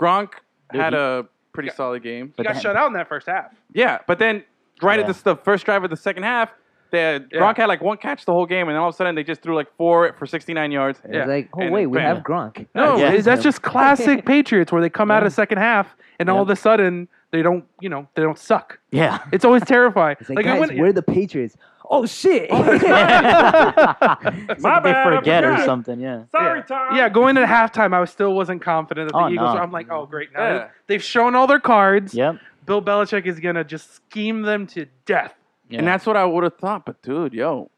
S1: Gronk
S2: Dude,
S1: had
S2: he-
S1: a pretty solid game.
S3: He
S2: But
S3: got
S2: then-
S3: shut out in that first half.
S1: Yeah, but then right
S2: Yeah.
S1: at the, the first drive of the second half, they, Gronk had like one catch the whole game, and then all of a sudden they just threw like four for 69 yards.
S4: It's like, oh
S1: And
S4: wait, we
S1: bam.
S4: have Gronk.
S3: No,
S2: Yeah.
S3: that's just classic Patriots where they come out of the second half and all
S2: Yeah.
S3: of a sudden they don't, you know, they don't suck. *laughs*
S2: yeah.
S3: It's always terrifying.
S4: It's like,
S3: I
S4: guys,
S3: went- *laughs*
S4: we're the Patriots. Oh shit! *laughs*
S2: It's like they
S1: bad, I
S2: forget or
S1: forgot.
S2: something. Yeah.
S1: Sorry,
S3: yeah.
S1: Tom.
S3: yeah, going into halftime, I was still wasn't confident that the
S2: Oh,
S3: Eagles.
S2: no.
S3: were- I'm like, oh great, now
S1: Yeah.
S3: they- they've shown all their cards.
S2: Yep.
S3: Bill Belichick is gonna just scheme them to death.
S2: Yeah.
S1: And that's what I would have thought. But dude, yo,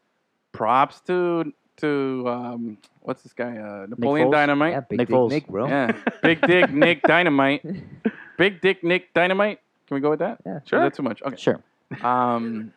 S1: props to to um, what's this guy? Uh, Napoleon
S2: Foles?
S1: Dynamite.
S4: yeah, big
S2: Nick
S4: dick
S2: Foles.
S4: Nick, bro.
S1: Yeah, Big
S3: *laughs*
S1: Dick Nick Dynamite. Big Dick Nick Dynamite. Can we go with that?
S4: Yeah.
S1: Or Is that too much? Okay.
S2: Sure.
S1: Um,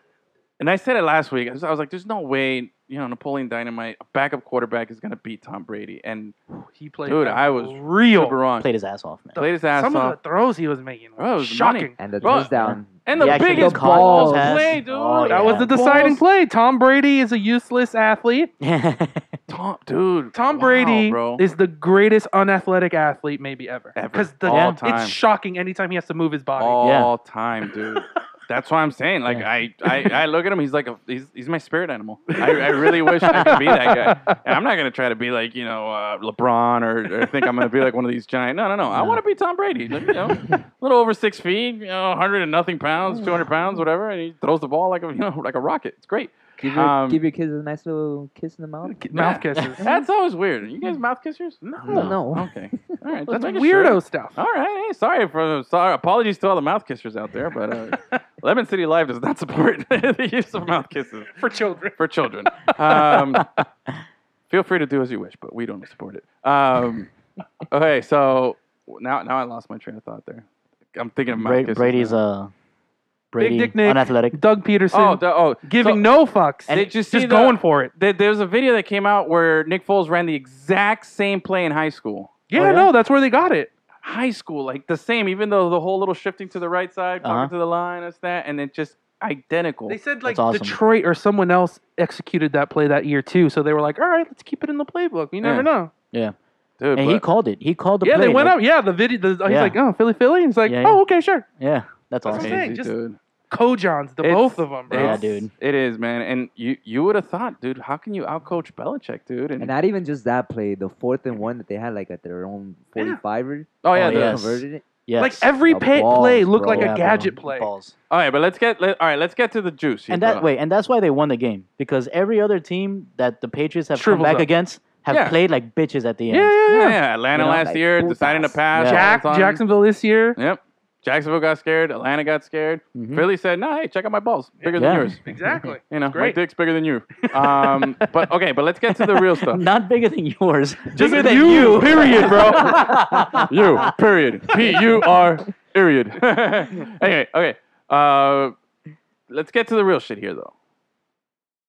S1: and I said it last week. I was, I was like, "There's no way, you know, Napoleon Dynamite, a backup quarterback, is gonna beat Tom Brady." And
S3: He played.
S1: Dude,
S3: like
S1: I was
S3: real.
S1: super wrong.
S2: Played his ass off, man.
S1: Played his ass
S3: Some
S1: off.
S3: of the throws he was making were
S1: Oh, it was money.
S3: shocking.
S4: And the
S1: Bro,
S4: touchdown.
S1: and the
S2: He actually
S1: biggest
S2: caught those
S1: ball
S2: passes.
S1: play, dude.
S2: Oh,
S3: That was the deciding
S1: Balls.
S3: play. Tom Brady is a useless athlete.
S2: *laughs*
S1: Tom, dude.
S3: Tom
S1: wow,
S3: Brady
S1: bro.
S3: is the greatest unathletic athlete maybe ever.
S1: Ever.
S3: the
S1: All time.
S3: it's shocking anytime he has to move his body.
S1: all
S2: Yeah.
S1: time, dude. That's what I'm saying. Like
S2: Yeah.
S1: I, I, I look at him. He's like a, he's, he's my spirit animal. I, I really wish I could be that guy. And I'm not gonna try to be like you know uh, LeBron or, or think I'm gonna be like one of these giant. No, no, no. I
S2: No.
S1: want to be Tom Brady. Like, you know, a little over six feet, you know, 100 and nothing pounds, 200 pounds, whatever. And he throws the ball like a you know like a rocket. It's great.
S4: Give your,
S1: Um,
S4: give your kids a nice little kiss in the mouth.
S3: Mouth
S1: Yeah. *laughs*
S3: kisses.
S1: That's always weird. You guys mouth kissers?
S4: No, no.
S1: Okay. All right.
S3: That's
S1: That's
S3: weirdo stuff.
S1: All right. Hey, sorry for sorry. Apologies to all the mouth kissers out there, but uh, Lemon City Live does not support *laughs* the use of mouth kisses
S3: For children.
S1: for children. Um, feel free to do as you wish, but we don't support it. Um, okay, so now now I lost my train of thought there. I'm thinking of mouth
S2: Bra-
S1: kisses.
S2: Brady's
S1: now.
S2: uh, Brady
S3: Dick Nick. *laughs*
S2: unathletic.
S3: Doug Peterson
S1: oh the- oh
S3: giving
S1: so-
S3: no fucks.
S1: Did you see
S3: just
S1: the-
S3: going for it.
S1: There, there was a video that came out where Nick Foles ran the exact same play in high school.
S3: Yeah,
S2: yeah?
S3: no, that's where they got it.
S1: high school, like the same, even though the whole little shifting to the right side,
S2: Uh-huh.
S1: walking to the line, that's that, and it's just identical.
S3: They said like
S2: That's awesome.
S3: Detroit or someone else executed that play that year too. So they were like, all right, let's keep it in the playbook. You never
S1: Yeah.
S3: know.
S1: dude.
S2: and
S1: but-
S2: he called it. He called the
S3: yeah,
S2: play.
S3: they went
S2: like-
S3: up. Yeah, the video. The, he's
S2: Yeah.
S3: like, oh, Philly, Philly. And he's like,
S2: Yeah, yeah.
S3: oh, okay, sure.
S2: Yeah, that's
S3: That's
S2: awesome.
S3: what I'm saying,
S1: Crazy,
S3: just-
S1: dude.
S3: Cojones, the
S1: It's-
S3: both of them, bro.
S2: Yeah,
S1: it's-
S2: dude.
S1: It is, man. And you you would have thought, dude, how can you outcoach Belichick, dude? And,
S4: And not even just that play, the fourth and one that they had like at their own
S3: Yeah.
S4: 45 er
S1: oh yeah,
S2: Oh,
S1: the-
S2: yeah. yes.
S4: converted it.
S2: Yes.
S3: Like every
S4: The
S3: pay, play
S4: balls,
S3: looked
S4: bro.
S3: like
S2: Yeah, bro.
S3: a gadget play.
S2: Balls.
S1: all right, but let's get let, all right. Let's get to the juice. here,
S2: And that
S1: bro.
S2: way, and that's why they won the game because every other team that the Patriots have
S3: Shrivels
S2: come back
S3: up.
S2: against have
S1: Yeah.
S2: played like bitches at the end.
S3: Yeah, yeah, yeah.
S1: yeah, Atlanta
S2: You know,
S1: last
S4: like,
S1: year
S4: putas.
S1: deciding to pass.
S2: Yeah.
S3: Jack
S1: all the time.
S3: Jacksonville this
S1: *laughs*
S3: year.
S1: Yep. Jacksonville got scared. Atlanta got scared.
S2: Mhm.
S1: Philly said, "No, hey, check out my balls. Bigger
S2: Yeah.
S1: than yours.
S3: Exactly.
S1: You know,
S3: Great.
S1: my dick's bigger than
S2: *laughs*
S1: you." Um, but okay, but let's get to the real stuff.
S2: Not bigger than yours.
S3: Just
S2: bigger than
S3: you, *laughs*
S2: you.
S1: Period, bro. you. Period. P U R. Period. *laughs* anyway, okay. Uh, let's get to the real shit here, though.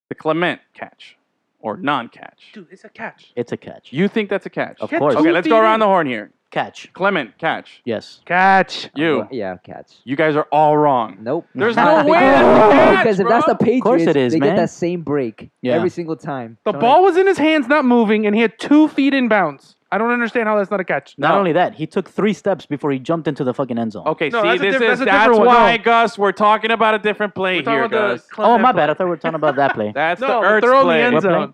S1: The Clement catch or non-catch.
S3: Dude, it's a catch.
S2: It's a catch.
S1: You think that's a catch?
S2: Of
S3: Get
S2: course.
S3: two
S1: Okay, let's go
S3: feet
S1: around
S3: in.
S1: the horn here.
S2: Catch.
S1: Clement catch.
S2: Yes.
S3: catch.
S1: You.
S4: Yeah, catch.
S1: You guys are all wrong.
S4: Nope. *laughs*
S1: There's
S4: Not
S1: no
S4: because-
S1: way that's a catch,
S4: Because if that's
S1: bro.
S4: the Patriots,
S2: course it is,
S4: they
S2: man.
S4: get that same break
S2: Yeah.
S4: every single time.
S3: The
S4: So,
S3: ball was in his hands, not moving, and he had two feet in bounds. I don't understand how that's not a catch.
S2: Not
S1: No.
S2: only that, he took three steps before he jumped into the fucking end zone.
S1: Okay,
S3: No,
S1: see,
S3: that's a
S1: this
S3: diff-
S1: is
S3: that's a different
S1: that's
S3: one.
S1: why,
S3: No.
S1: Gus. We're talking about a different play
S3: We're talking
S1: here,
S3: about the
S1: Gus.
S2: Oh,
S3: Clement
S2: my
S3: play.
S2: bad. I thought we were talking about that play.
S1: *laughs* That's
S3: No,
S1: the
S3: the
S1: Ertz
S3: throw in the
S1: play.
S3: end
S2: What
S3: zone.
S2: play?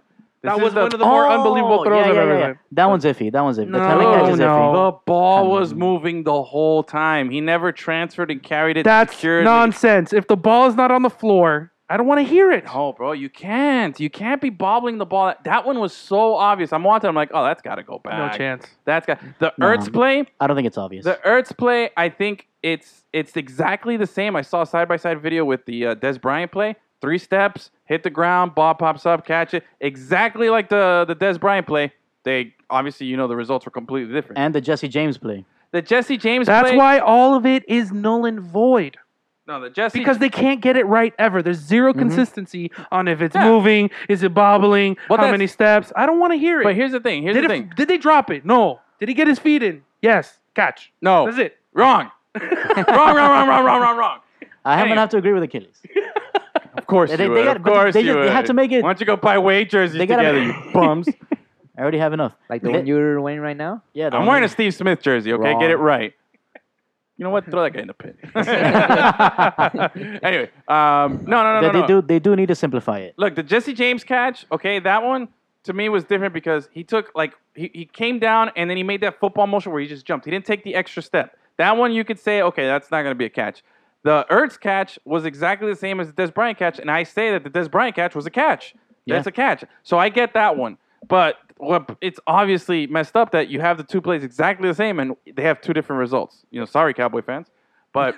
S1: This
S3: That
S1: is
S3: was
S1: the-
S3: one of the more
S2: Oh,
S3: unbelievable throws
S2: yeah,
S3: I've
S2: yeah,
S3: ever
S2: yeah.
S3: seen.
S2: That one's iffy. That one's iffy.
S3: No,
S2: the Clement catch is
S3: no.
S2: iffy.
S1: Oh, The ball was
S2: on.
S1: moving the whole time. He never transferred and carried it
S3: That's
S1: securely.
S3: nonsense. If the ball is not on the floor, I don't want to hear it.
S1: No, Oh, bro, you can't. You can't be bobbling the ball. That one was so obvious. I'm watching. I'm like, oh, that's got to go back.
S3: No chance.
S1: That's got the
S2: No.
S1: Ertz play.
S2: I don't think it's obvious.
S1: The Ertz play. I think it's it's exactly the same. I saw a side by side video with the uh, Des Bryant play. Three steps, hit the ground, ball pops up, catch it. Exactly like the the Des Bryant play. They obviously, you know, the results were completely different.
S2: and the Jesse James play.
S1: the Jesse James
S3: That's
S1: play.
S3: why all of it is null and void
S1: no, the Jesse
S3: because they can't get it right ever. There's 0 consistency on if it's
S1: Mm-hmm. Yeah.
S3: moving, is it bobbling,
S1: Well,
S3: how
S1: that's-
S3: many steps. I don't want to hear it.
S1: But here's the thing. Here's
S3: did,
S1: the
S3: it-
S1: thing.
S3: did they drop it? No. Did he get his feet in? Yes. Catch.
S1: No.
S3: That's it. *laughs*
S1: Wrong. wrong. Wrong. Wrong. Wrong. Wrong. Wrong. Wrong.
S2: I happen
S1: Damn.
S2: to have to agree with Achilles.
S1: Of course
S2: They- they
S1: you would.
S2: got-
S1: of
S2: but they-
S1: course
S2: they
S1: you
S2: just- they
S1: would.
S2: had to make it-
S1: Why don't you go buy weight jerseys
S2: They gotta- *laughs*
S1: together, you bums?
S2: I already have enough.
S4: Like the
S2: They-
S4: one you're wearing
S1: *laughs*
S4: right now?
S2: Yeah, the
S1: I'm
S2: one-
S1: wearing a Steve Smith jersey. Okay,
S4: Wrong.
S1: get it right. You know what? Throw that guy in the *laughs* pit. anyway, um, no, no, no,
S2: They,
S1: no,
S2: they
S1: no.
S2: do. They do need to simplify it.
S1: Look, the Jesse James catch. Okay, that one to me was different because he took like he, he came down and then he made that football motion where he just jumped. He didn't take the extra step. That one you could say, okay, that's not going to be a catch. The Ertz catch was exactly the same as the Des Bryant catch, and I say that the Des Bryant catch was a catch. That's
S2: Yeah.
S1: a catch. So I get that one. But what it's obviously messed up that you have the two plays exactly the same and they have two different results. You know, sorry, Cowboy fans, but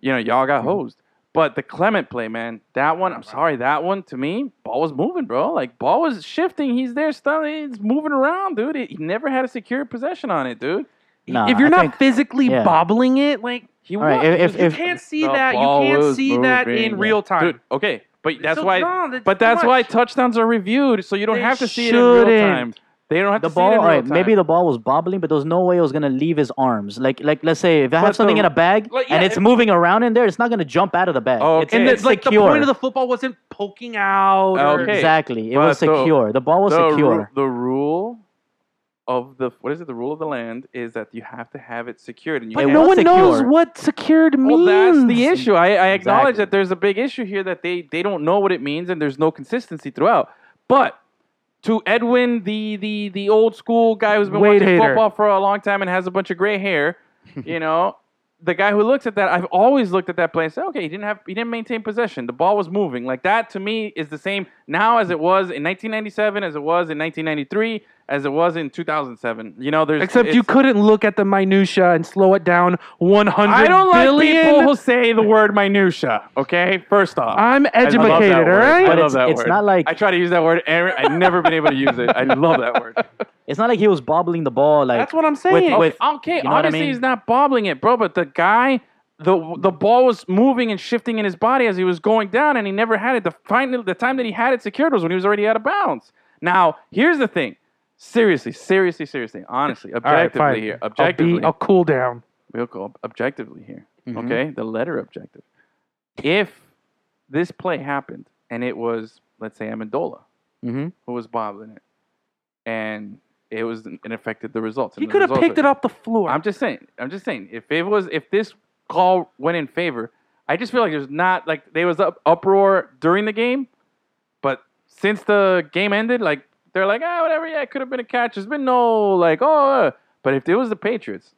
S1: you know, y'all got hosed. But the Clement play, man, that one, I'm sorry, that one to me, ball was moving, bro. Like ball was shifting. He's there, still, he's moving around, dude. He he never had a secure possession on it, dude.
S2: No,
S3: if you're
S2: I
S3: not
S2: think-
S3: physically
S2: yeah.
S3: bobbling it, like
S1: He
S2: All right,
S1: was-
S2: if-
S1: he
S3: you
S2: if-
S3: can't see
S1: The
S3: that. You
S1: ball
S3: can't
S1: was
S3: see that
S1: moving,
S3: in
S1: yeah.
S3: real time.
S1: Dude, okay, but that's
S3: So,
S1: why.
S3: no, that's
S1: but
S3: too
S1: that's why
S3: much.
S1: touchdowns are reviewed, so you don't
S3: They
S1: have to see it in real
S3: shouldn't.
S1: time. They don't have
S2: The
S1: to see it
S2: ball,
S1: in
S2: all
S1: real
S2: right,
S1: time.
S2: maybe the ball was bobbling, but there's no way it was gonna leave his arms. Like, like let's say if I
S1: But the-
S2: have something in a bag
S3: like, yeah,
S2: and it's
S3: if-
S2: moving around in there, it's not gonna jump out of the bag.
S1: Okay.
S2: It's,
S1: And
S3: and
S2: it's
S3: it's like
S2: secure.
S3: the point of the football wasn't poking out. or-
S1: Okay.
S2: exactly, it
S1: But
S2: was
S1: the-
S2: secure. The, ball was
S1: the,
S2: secure.
S1: ru- the rule of the what is it? The rule of the land is that you have to have it secured, and you
S3: But
S1: can't-
S2: It
S3: no
S2: was
S3: one knows
S2: secure.
S3: what secured
S1: Well,
S3: means.
S1: that's the issue. I, I acknowledge
S2: Exactly.
S1: that there's a big issue here that they, they don't know what it means and there's no consistency throughout. But to Edwin, the the the old school guy who's been
S3: Wade
S1: watching
S3: hater.
S1: football for a long time and has a bunch of gray
S3: *laughs*
S1: hair, you know, the guy who looks at that, I've always looked at that play and said, okay, he didn't have he didn't maintain possession. The ball was moving. Like that to me is the same now as it was in 1997, as it was in 1993, as it was in 2007. You know, there's
S3: Except you
S1: it's-
S3: couldn't look at the minutia and slow it down 100
S1: I don't like
S3: billion.
S1: people *laughs* who say the word minutia. Okay, first off,
S3: I'm
S1: I love that
S3: educated, all
S1: word. I
S3: right?
S2: But
S1: love
S2: it's-
S1: that
S2: it's
S1: word.
S2: not like-
S1: I try to use that word. and I've never been able to use it. I love that word.
S2: it's not like he was bobbling the ball. Like
S3: That's what I'm saying.
S2: with-
S1: Okay,
S2: You know what I
S1: obviously
S2: mean?
S1: he's not bobbling it, bro. But the guy, the the ball was moving and shifting in his body as he was going down, and he never had it. The final, the time that he had it secured was when he was already out of bounds. Now, here's the thing. Seriously, seriously, seriously, honestly,
S3: all right,
S1: objectively
S3: fine.
S1: here,
S3: I'll, be-
S1: objectively,
S3: I'll cool down.
S1: we'll go objectively here.
S3: Mm-hmm.
S2: Mhm.
S1: Okay, the letter objective. If this play happened
S3: Mm-hmm.
S1: and it was, let's say, Amendola
S2: Mhm.
S1: who was bobbling it, and it was it affected the results.
S3: He could have picked it up the floor.
S1: I'm just saying. I'm just saying. If it was, if this call went in favor, I just feel like there's not like there was up, uproar during the game, but since the game ended, like they're like ah whatever yeah it could have been a catch. There's been no like oh, uh," but if it was the Patriots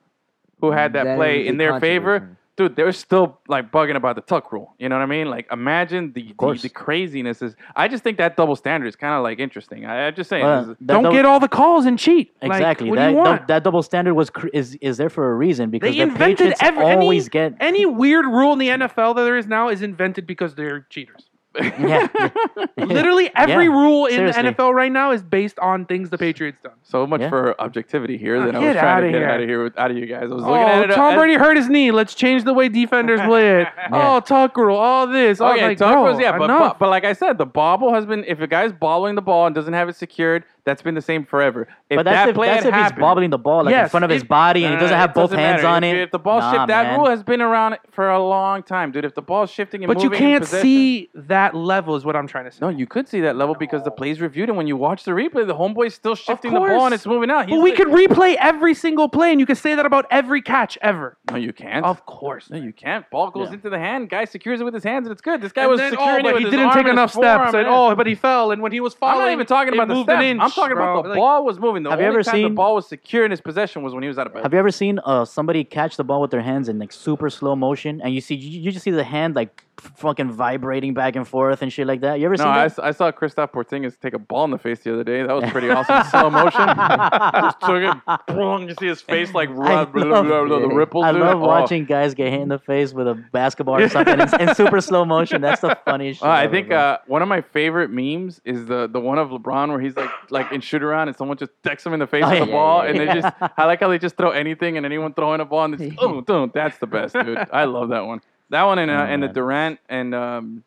S1: who had that
S4: Then
S1: play
S4: it's
S1: in
S4: a
S1: their favor,
S4: controversy.
S1: dude, they're still like bugging about the tuck rule. You know what I mean? Like imagine the the,
S2: course.
S1: the craziness is. I just think that double standard is kind of like interesting. I, I'm just saying.
S2: Well,
S1: this is-
S2: that
S3: Don't
S2: dou-
S3: get all the calls and cheat. Like,
S2: Exactly.
S3: what
S2: that,
S3: do you
S2: dou-
S3: want?
S2: that double standard was cr- is is there for a reason because
S3: They
S2: the
S3: invented
S2: Patriots
S3: every- any-
S2: always get
S3: *laughs* Any weird rule in the NFL that there is now is invented because they're
S1: *laughs*
S3: cheaters.
S2: yeah. *laughs*
S3: Literally every
S2: Yeah,
S3: rule in
S2: seriously.
S3: the NFL right now is based on things the Patriots done.
S1: So much
S2: Yeah.
S1: for objectivity here.
S3: Oh,
S1: Then I was
S3: get
S1: trying to
S3: outta
S1: get
S3: here.
S1: out of here with out of you guys. I was
S3: Oh,
S1: looking at it. uh,
S3: Tom
S1: as-
S3: Brady hurt his knee. Let's
S1: *laughs*
S3: change the way defenders play it.
S2: Yeah.
S3: Oh, tuck rule. All this. I was
S1: Okay,
S3: like,
S1: Tom
S3: bro,
S1: Brady, yeah, but, but
S3: enough.
S1: but like I said, the bobble has been if a guy's bobbling the ball and doesn't have it secured, that's been the same forever. If
S2: But that's
S1: that
S2: if,
S1: play
S2: that's
S1: had
S2: if he's
S1: happened-
S2: bobbling the ball like in
S3: Yes,
S2: front of his
S3: if-
S2: body and
S1: No,
S2: he doesn't
S1: no,
S2: have
S1: it
S2: both
S1: doesn't
S2: hands
S1: matter.
S2: on
S1: If-
S2: it.
S1: If the ball
S2: Nah,
S1: shift, that
S2: man.
S1: rule has been around for a long time, dude. If the ball's shifting and
S3: But you
S1: moving in
S3: can't
S1: possession-
S3: see that level is what I'm trying to say.
S1: No, you could see that level because the play's reviewed, and when you watch the replay, the homeboy's still shifting the
S3: course.
S1: ball and it's moving out.
S3: but
S1: He's
S3: we
S1: like-
S3: could replay every single play, and you could say that about every catch ever.
S1: No, you can't.
S3: Of course.
S1: No, you can't. Ball goes
S2: Yeah.
S1: into the hand. Guy secures it with his hands, and it's good. This guy
S3: And
S1: was
S3: then,
S1: securing
S3: oh,
S1: it
S3: but
S1: with
S3: he
S1: his
S3: didn't
S1: arm
S3: take
S1: and
S3: enough
S1: his forearm,
S3: steps. And,
S1: man.
S3: oh, but he fell. And when he was
S1: I'm
S3: falling,
S1: not even talking
S3: it
S1: about the
S3: moved an
S1: steps. I'm
S3: inch,
S1: talking about
S3: bro.
S1: the
S3: Like,
S1: ball was moving. The
S2: Have you
S1: only
S2: ever
S1: time the
S2: seen-
S1: ball was secure in his possession was when he was out of bounds.
S2: Have you ever seen uh, somebody catch the ball with their hands in like super slow motion and you see you, you just see the hand like f- fucking vibrating back and forth and shit like that? You ever
S1: No,
S2: seen
S1: I,
S2: that?
S1: s- I saw Christoph Porzingis take a ball in the face the other day. That was pretty
S3: *laughs*
S1: awesome. Slow motion. Just took it. boom, You see his face like rub,
S2: love-
S1: the ripples.
S2: I
S1: dude.
S2: love
S1: Oh.
S2: watching guys get hit in the face with a basketball or something in,
S1: *laughs*
S2: in super slow motion. That's the funniest shit.
S1: Uh, I
S2: ever,
S1: think
S2: bro.
S1: uh, one of my favorite memes is the the one of LeBron where he's like like in shoot around and someone just decks him in the face
S2: Oh,
S1: with
S2: yeah,
S1: the ball
S2: yeah,
S1: and
S2: yeah.
S1: they just I like how they just throw anything and anyone throwing a ball and it's oh, don't that's the best
S3: *laughs*
S1: dude I love that one that one and uh,
S2: Oh,
S1: and the
S2: man.
S1: Durant and um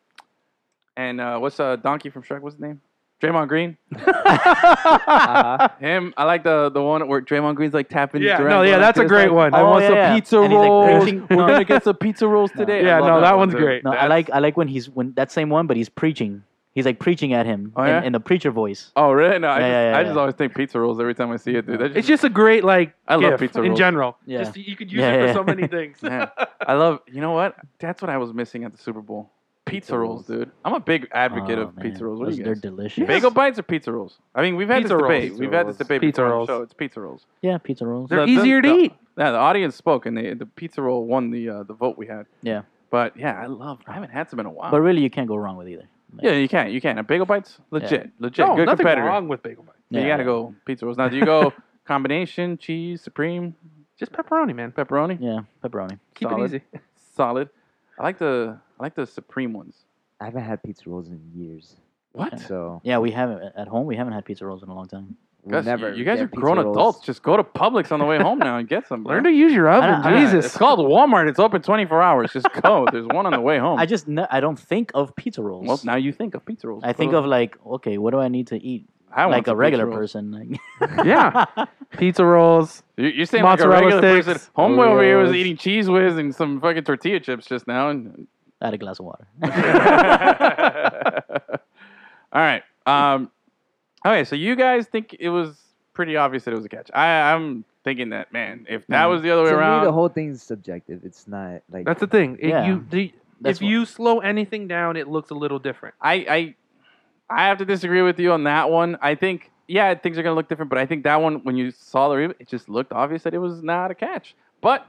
S1: and uh, what's uh donkey from Shrek what's his name Draymond Green
S4: Uh-huh.
S1: him I like the the one where Draymond Green's like tapping
S3: Yeah,
S1: Durant
S3: no, yeah,
S1: going
S3: that's a
S1: like this,
S3: great
S1: like,
S3: one.
S1: I
S3: *laughs*
S2: Oh,
S1: want
S2: yeah,
S1: some
S2: yeah.
S1: pizza
S2: And he's, like,
S1: rolls
S2: preaching.
S1: *laughs* we're
S2: No.
S1: gonna get some pizza rolls today I
S3: Yeah,
S1: love
S3: no, that one's
S1: dude.
S3: great.
S2: No, I
S1: That's-
S2: like I like when he's when that same one, but he's preaching. He's like preaching at him
S1: Oh,
S2: in,
S1: yeah?
S2: in the preacher voice.
S1: Oh really? No, I,
S2: Yeah,
S1: just,
S2: yeah, yeah,
S1: I just
S2: yeah.
S1: always think pizza rolls every time I see it, dude. That
S3: It's just a great, like,
S1: I love
S3: gif
S1: pizza
S3: in
S1: rolls.
S3: general.
S2: Yeah.
S3: Just, you could use
S2: Yeah,
S3: it for
S2: yeah.
S3: so many *laughs* things.
S1: Man, I love. You know what? That's what I was missing at the Super Bowl. Pizza,
S4: Pizza
S1: rolls, dude. I'm a big advocate
S2: Oh,
S1: of
S2: man.
S1: pizza rolls. What do
S2: Those-
S1: you
S2: They're
S1: guys?
S2: delicious.
S1: Bagel bites or pizza rolls? I mean, we've had
S3: Pizza
S1: this
S3: rolls.
S1: debate.
S4: Pizza
S1: We've had this
S4: rolls.
S1: debate
S3: Pizza
S1: before. on the
S3: rolls.
S1: show. it's pizza rolls.
S2: Yeah, pizza rolls.
S1: The-
S3: They're
S1: the-
S3: easier to
S1: the-
S3: eat.
S1: Yeah, the audience spoke and they, the pizza roll won the uh, the vote we had.
S2: Yeah.
S1: But yeah, I love. I haven't had some in a while.
S2: But really, you can't go wrong with either.
S1: yeah, you can't. You can't. A bagel bites, legit, legit,
S3: No,
S1: good
S3: nothing
S1: competitor.
S3: wrong with bagel bites.
S1: You
S2: Yeah.
S1: gotta go pizza rolls. Now, do you go combination cheese, supreme,
S3: Just pepperoni, man.
S1: pepperoni?
S2: Yeah, pepperoni.
S3: Keep
S1: Solid.
S3: it easy.
S1: Solid. I like the I like the supreme ones.
S4: I haven't had pizza rolls in years,
S1: What?
S4: so
S2: Yeah, we haven't at home. We haven't had pizza rolls in a long time.
S4: we'll
S1: Gus,
S4: never.
S1: you guys
S4: get
S1: are
S4: pizza
S1: grown
S4: rolls.
S1: adults. Just go to Publix on the way home now and get some. bro.
S3: Learn to
S1: *laughs*
S3: use your
S2: I don't-
S3: oven.
S2: I
S1: Yeah,
S3: Jesus.
S1: It's called Walmart. It's open 24 hours. Just go. There's one on the way home.
S2: I just ne- I don't think of pizza rolls.
S1: well, now you think of pizza rolls.
S2: I think of like, okay, what do I need to eat?
S1: I want
S2: like a
S1: some
S2: regular
S1: pizza rolls.
S2: person. Like, *laughs*
S3: yeah. *laughs* Pizza rolls.
S1: You- You're saying like a
S3: Mozzarella
S1: regular
S3: sticks,
S1: person. Homeboy over here was
S4: Oreos.
S1: eating cheese whiz and some fucking tortilla chips just now. And
S2: I had a glass of water.
S1: all right. Um, okay, so you guys think it was pretty obvious that it was a catch. I, I'm thinking that man, if that was the other way
S4: To me, the
S1: around,
S4: whole thing's subjective. It's not like
S3: That's the thing. It-
S2: Yeah.
S3: you- the-
S2: That's
S3: if you slow anything down, it looks a little different.
S1: I, I I have to disagree with you on that one. I think yeah, things are gonna look different, but I think that one when you saw the re- it just looked obvious that it was not a catch. But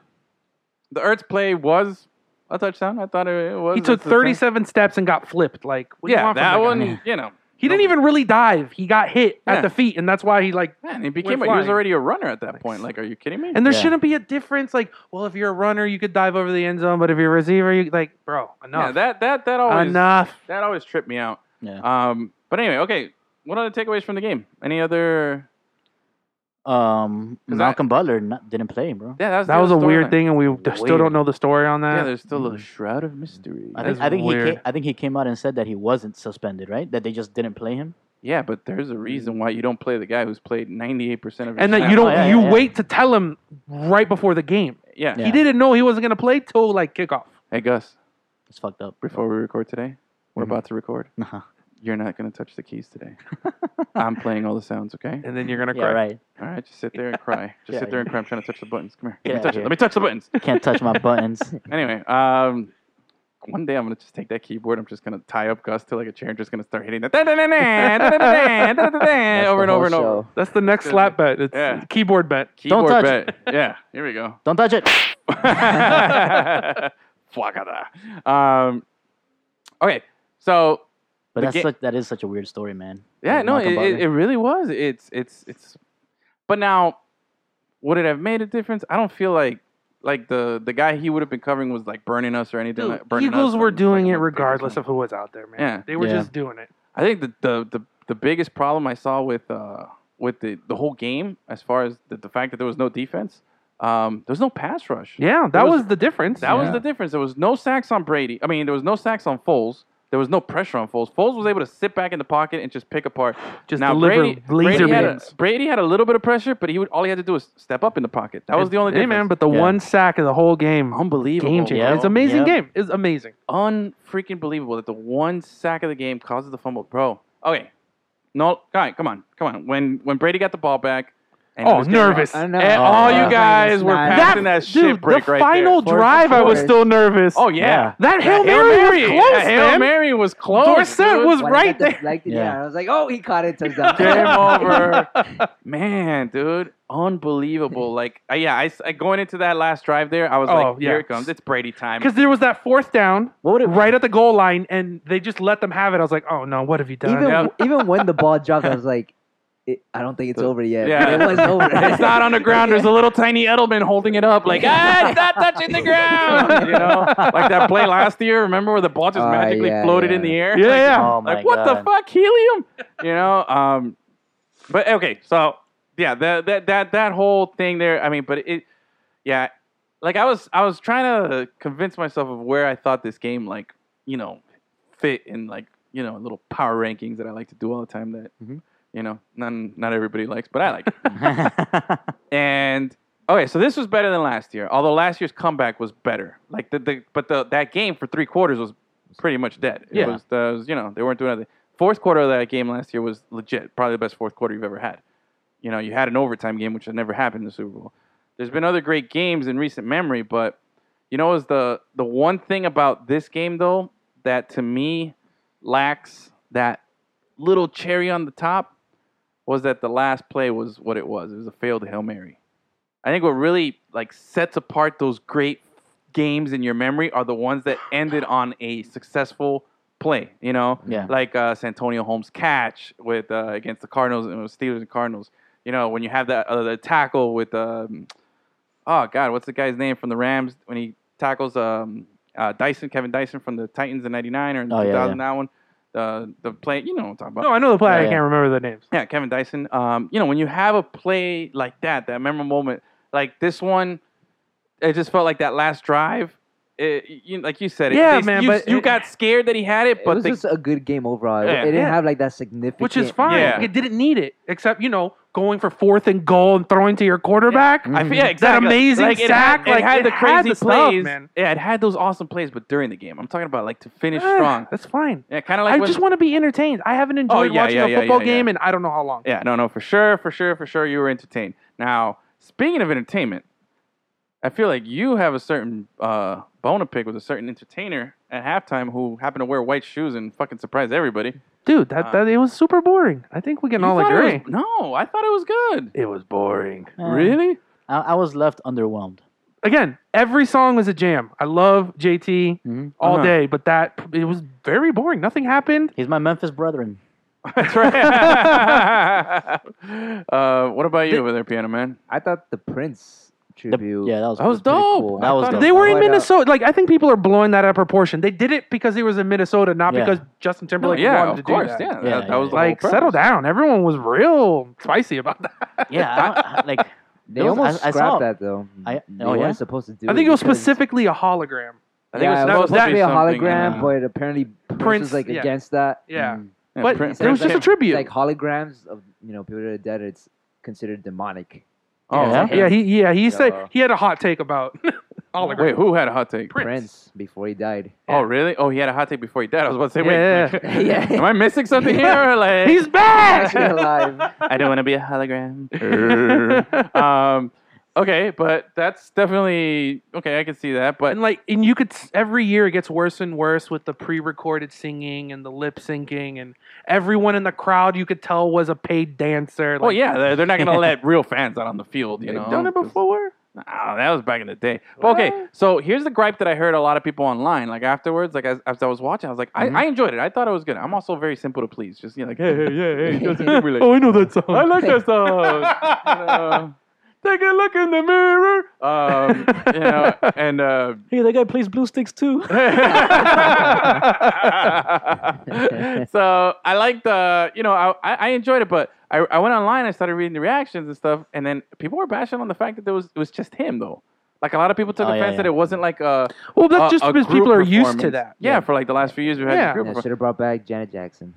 S1: the Earth's play was a touchdown. I thought it was.
S3: He took
S1: it's the same-
S3: 37 steps and got flipped. Like, what do you
S1: Yeah,
S3: want from
S1: that
S3: guy?
S1: one. You know,
S3: He didn't even really dive. He got hit
S1: Yeah.
S3: at the feet, and that's why he like.
S1: man, he became.
S3: We're
S1: A, he was
S3: flying.
S1: already a runner at that point. Like, are you kidding me?
S3: And there
S2: Yeah.
S3: shouldn't be a difference. Like, well, if you're a runner, you could dive over the end zone, but if you're a receiver, you like, bro,
S1: yeah,
S3: enough,
S1: that that that always
S3: enough.
S1: that always tripped me out.
S2: Yeah.
S1: Um, but anyway, okay. What other takeaways from the game? Any other?
S2: Um,
S1: *laughs* 'Cause I-
S2: Malcolm Butler not, didn't play, bro.
S1: Yeah, that was, the
S3: That was a
S1: other
S3: weird
S1: storyline.
S3: thing, uh, mm. and we still don't know the story on
S1: Yeah,
S3: that.
S1: there's still a shroud of mystery.
S2: I think,
S3: That's
S2: I think he
S3: weird.
S2: came, I think he came out and said that he wasn't suspended, right? That they just didn't play him.
S1: Yeah, but there's a reason why you don't play the guy who's played 98% of his
S3: and that
S1: snaps.
S3: you don't,
S2: Oh, yeah,
S3: you
S2: yeah, yeah.
S3: wait to tell him right before the game.
S1: Yeah.
S2: Yeah.
S3: He didn't know he wasn't gonna play till like kickoff.
S1: Hey, Gus,
S2: It's fucked up. *laughs*
S1: before we record today, we're about to record.
S2: Uh-huh.
S1: You're not going to touch the keys today. I'm playing all the sounds, okay?
S3: And then you're gonna
S2: Yeah,
S3: *laughs* cry.
S2: right.
S1: All right, just sit there and cry. Just
S2: Yeah,
S1: sit there and cry. I'm trying to touch the buttons. Come here.
S2: Get
S1: Let me touch
S2: outta
S1: it. Let me touch the buttons. *laughs*
S2: Can't touch my buttons.
S1: Anyway, um, one day I'm gonna just take that keyboard. I'm just gonna tie up Gus to like a chair and just gonna start *laughs* hitting that da-da-da-da, da-da-da-da, *laughs* da-da-da-da, over
S4: That's the
S1: and over
S4: whole
S1: and over.
S4: show.
S3: That's the next slap bet. It's
S1: Yeah.
S3: keyboard bet.
S1: Keyboard
S2: touch.
S1: bet. Yeah, here we go.
S2: Don't touch it.
S1: *laughs* Fuacada. Um, okay, so
S2: But
S1: The
S2: that's
S1: ga-
S2: such, that is such a weird story, man.
S1: Yeah,
S2: Like
S1: no, it,
S2: Malcolm
S1: it, it
S2: Butler.
S1: really was. It's it's it's. But now, would it have made a difference? I don't feel like like the the guy he would have been covering was like burning us or anything.
S3: Dude,
S1: like, burning
S3: Eagles
S1: us
S3: were
S1: on
S3: doing
S1: fucking,
S3: it
S1: like,
S3: regardless
S1: Vegas.
S3: of who was out there, man.
S1: Yeah.
S3: They were
S2: Yeah.
S3: just doing it.
S1: I think the the the, the biggest problem I saw with uh with the the whole game as far as the, the fact that there was no defense. Um, there was no pass rush.
S3: Yeah, that
S1: It was-
S3: was, the difference.
S1: That was
S4: Yeah.
S1: the difference. There was no sacks on Brady. I mean, there was no sacks on Foles. There was no pressure on Foles. Foles was able to sit back in the pocket and just pick apart.
S3: Just
S1: now
S3: deliver
S1: Brady,
S3: laser
S1: Brady had, a,
S3: beams.
S1: Brady had a little bit of pressure, but he would all he had to do was step up in the pocket. That was the only
S3: hey,
S1: difference.
S3: man. But the
S2: Yeah.
S3: one sack of the whole game,
S1: unbelievable,
S3: game changer.
S2: Yeah.
S1: bro.
S3: It's amazing
S2: Yeah.
S3: game. It's amazing.
S1: unfreaking believable that the one sack of the game causes the fumble, bro. Okay, no, guy, come on, come on. When when Brady got the ball back, and he
S3: Oh,
S1: was getting-
S3: nervous.
S4: I know.
S1: And all
S2: Oh,
S1: you guys
S4: it's
S1: were
S4: not-
S1: passing that,
S3: dude,
S1: shit break
S3: the
S1: right
S3: final
S1: there.
S4: Fourth and
S3: drive, I was
S4: fourth.
S3: still nervous.
S1: Oh yeah.
S3: that hail
S1: Hail
S3: mary, was close,
S1: That Hail
S3: man.
S1: Mary was close.
S3: Dorsett
S1: dude.
S3: was
S4: When I
S3: right
S4: got
S3: there.
S4: the- like, yeah.
S2: Yeah.
S4: I was like, oh, he caught
S1: *laughs*
S4: it. Touchdown. *laughs*
S1: game over. Man, dude, unbelievable. Like, I, yeah, I, s- I- going into that last drive there, I was
S3: Oh,
S1: like, here
S3: yeah.
S1: it comes. It's Brady time.
S3: Because there was that fourth down
S2: What would it
S3: right at the goal line, and they just let them have it. I was like, oh no, what have you done?
S4: even
S1: Yeah.
S4: *laughs* even when the ball dropped, I was like, it, I don't think it's over yet.
S1: Yeah.
S4: But it was over.
S1: *laughs* It's
S4: *laughs*
S1: not on the ground. There's a little tiny Edelman holding it up, like, ah, it's not touching
S4: *laughs*
S1: the ground. You know, like that play last year. Remember where the ball just
S4: Oh,
S1: magically
S4: yeah,
S1: floated
S4: yeah.
S1: in the air?
S3: Yeah,
S1: Like,
S3: yeah.
S2: Oh my
S1: like what the
S2: God.
S1: fuck helium you know um but okay so yeah that that that that whole thing there i mean but it yeah like i was i was trying to convince myself of where i thought this game like you know fit in like you know little power rankings that i like to do all the time that
S4: Mhm.
S1: you know none not everybody likes but i like
S2: *laughs*
S1: and okay, so this was better than last year. Although last year's comeback was better. Like the, the but the that game for three quarters was pretty much dead. It
S3: Yeah.
S1: was, the, it was, you know they weren't doing anything. Fourth quarter of that game last year was legit, probably the best fourth quarter you've ever had. You know, you had an overtime game, which had never happened in the Super Bowl. There's been other great games in recent memory, but you know, is the the one thing about this game though that to me lacks that little cherry on the top was that the last play was what it was. It was a failed hail mary. I think what really like sets apart those great games in your memory are the ones that ended on a successful play. You know,
S2: Yeah.
S1: like uh, Santonio Holmes' catch with uh, against the Cardinals and Steelers and Cardinals. You know, when you have that uh, the tackle with um, oh god, what's the guy's name from the Rams when he tackles um, uh, Dyson, Kevin Dyson from the Titans in '99 or in
S2: Oh, yeah, yeah.
S1: 2000 that one. Uh, the play, you know what I'm talking about.
S3: no, I know the play.
S2: Yeah,
S3: I
S2: yeah.
S3: can't remember the names.
S1: Yeah, Kevin Dyson. Um, you know, when you have a play like that, that memorable moment, like this one, it just felt like that last drive. It, you, like you said, it,
S3: Yeah,
S1: they-
S3: man,
S1: You,
S3: but
S1: you
S3: it-
S1: got scared that he had it,
S4: It
S1: but
S4: was
S1: they,
S4: just a good game overall. It-
S1: Yeah.
S4: it didn't
S3: Yeah.
S4: have like that significant.
S3: which is fine.
S1: Yeah.
S3: It didn't need it, except you know, going for fourth and goal and throwing to your quarterback.
S1: I feel yeah, Mm-hmm.
S3: Mhm. That
S1: exactly.
S3: amazing
S1: like, it
S3: sack,
S1: Had, it
S3: like,
S1: had
S3: it
S1: the
S3: had
S1: crazy
S3: the stuff,
S1: plays.
S3: man.
S1: Yeah, it had those awesome plays, but during the game, I'm talking about like to finish
S3: Eh,
S1: strong.
S3: That's fine.
S1: Yeah, kind of like
S3: I
S1: when,
S3: just want to be entertained. I haven't enjoyed
S1: Oh, yeah,
S3: watching
S1: yeah,
S3: a
S1: yeah,
S3: football
S1: yeah, yeah.
S3: game, and I don't know how long.
S1: Yeah, no, no, for sure, for sure, for sure, you were entertained. Now, speaking of entertainment, I feel like you have a certain uh, bone to pick with a certain entertainer at halftime who happened to wear white shoes and fucking surprise everybody.
S3: Dude, that, that it was super boring. I think we can
S1: You
S3: all
S1: thought it
S3: agree.
S1: was- no, I thought it was good.
S3: It was boring.
S2: Uh,
S1: Really?
S2: *laughs*
S1: *laughs*
S2: I, I was left underwhelmed.
S3: Again, every song was a jam. I love JT
S2: Mhm.
S3: all
S1: Uh-huh.
S3: day, but that it was very boring. Nothing happened.
S2: He's my Memphis brethren.
S1: That's right. *laughs* uh, what about you over there, Piano Man?
S4: I thought the Prince
S2: The-
S4: tribute.
S2: yeah, that was.
S1: That was
S4: pretty
S1: dope.
S4: cool.
S2: That was
S1: I thought-
S2: dope.
S3: They were in
S4: Why not?
S3: Minnesota. Like I think people are blowing that out of proportion. They did it because he was in Minnesota, not
S2: Yeah.
S3: because Justin Timberlake
S1: yeah,
S3: wanted
S1: of
S3: to
S1: course.
S3: do that.
S1: Yeah, that,
S2: Yeah,
S1: that
S2: yeah,
S1: was
S2: yeah.
S1: the
S3: Like
S1: whole
S3: settle
S1: premise.
S3: down. Everyone was real spicy about that.
S2: *laughs* yeah, I, I- like
S4: They
S2: Those-
S4: almost
S2: I- I
S4: scrapped
S2: saw-
S4: that though. Mm-hmm.
S2: I-
S4: they
S2: oh,
S4: weren't
S2: yeah?
S4: supposed to do.
S3: I think it was
S4: because-
S3: specifically a hologram.
S1: I think it
S4: Yeah,
S1: was
S4: it
S1: uh,
S4: was
S1: supposed to be
S4: a
S1: something,
S4: hologram,
S1: yeah.
S4: but apparently Prince
S3: Prince,
S4: was like
S3: yeah.
S4: against that.
S3: Yeah.
S4: Mm.
S1: *laughs* Yeah,
S3: But
S1: Prince-
S3: it
S1: Prince
S3: was just a
S1: came-
S3: tribute.
S4: Like holograms of you know people that are dead. It's considered demonic.
S1: Oh,
S2: Yeah.
S1: okay.
S3: yeah, he yeah, he said
S4: Yeah.
S3: he had a hot take about *laughs* Oliver.
S1: Wait, who had a hot take?
S3: Prince.
S4: Prince before
S3: *laughs*
S4: he died.
S1: Oh, really? Oh, he had a hot take before he died. I was about to say, *laughs* wait,
S4: Yeah, yeah.
S1: am I missing something here? Or like,
S4: He's back! *laughs* alive.
S2: I don't want to be a hologram.
S1: *laughs* um, okay, but that's definitely okay. I can see that, but
S3: *laughs* And like, and you could s- every year it gets worse and worse with the pre-recorded singing and the lip syncing, and everyone in the crowd you could tell was a paid dancer.
S1: well,
S3: like-
S1: yeah, they're, they're not gonna let real fans out on the field. You
S4: They've
S1: know,
S4: done it
S1: before. Nah, that was back in the day. But okay, so here's the gripe that I heard a lot of people online. Like afterwards, like as, as I was watching, I was like,
S4: Mhm.
S1: I, I enjoyed it. I thought it was good. I'm also very simple to please. Just you know, like, hey, hey, *laughs* yeah, hey, Justin Timberlake.
S3: *laughs* Oh, I know that song.
S1: I like
S3: *laughs*
S1: that song. You know, take a look in the mirror. Um, you
S3: *laughs*
S1: know, and uh,
S2: Hey, that guy plays blue
S1: *laughs*
S2: sticks too.
S1: so I liked the, you know, I, I I enjoyed it, but I, I went online, I started reading the reactions and stuff, and then people were bashing on the fact that there was it was just him though. Like a lot of people took
S2: Oh, yeah,
S1: offense
S2: yeah.
S1: that it wasn't like a
S3: Well, that's
S1: a-
S3: just
S1: a
S3: because
S1: group
S3: people are used to
S1: performance.
S3: that,
S1: Yeah, for like the last few years we had
S3: Yeah.
S1: group
S4: Yeah,
S1: perform-
S4: should have brought back Janet Jackson.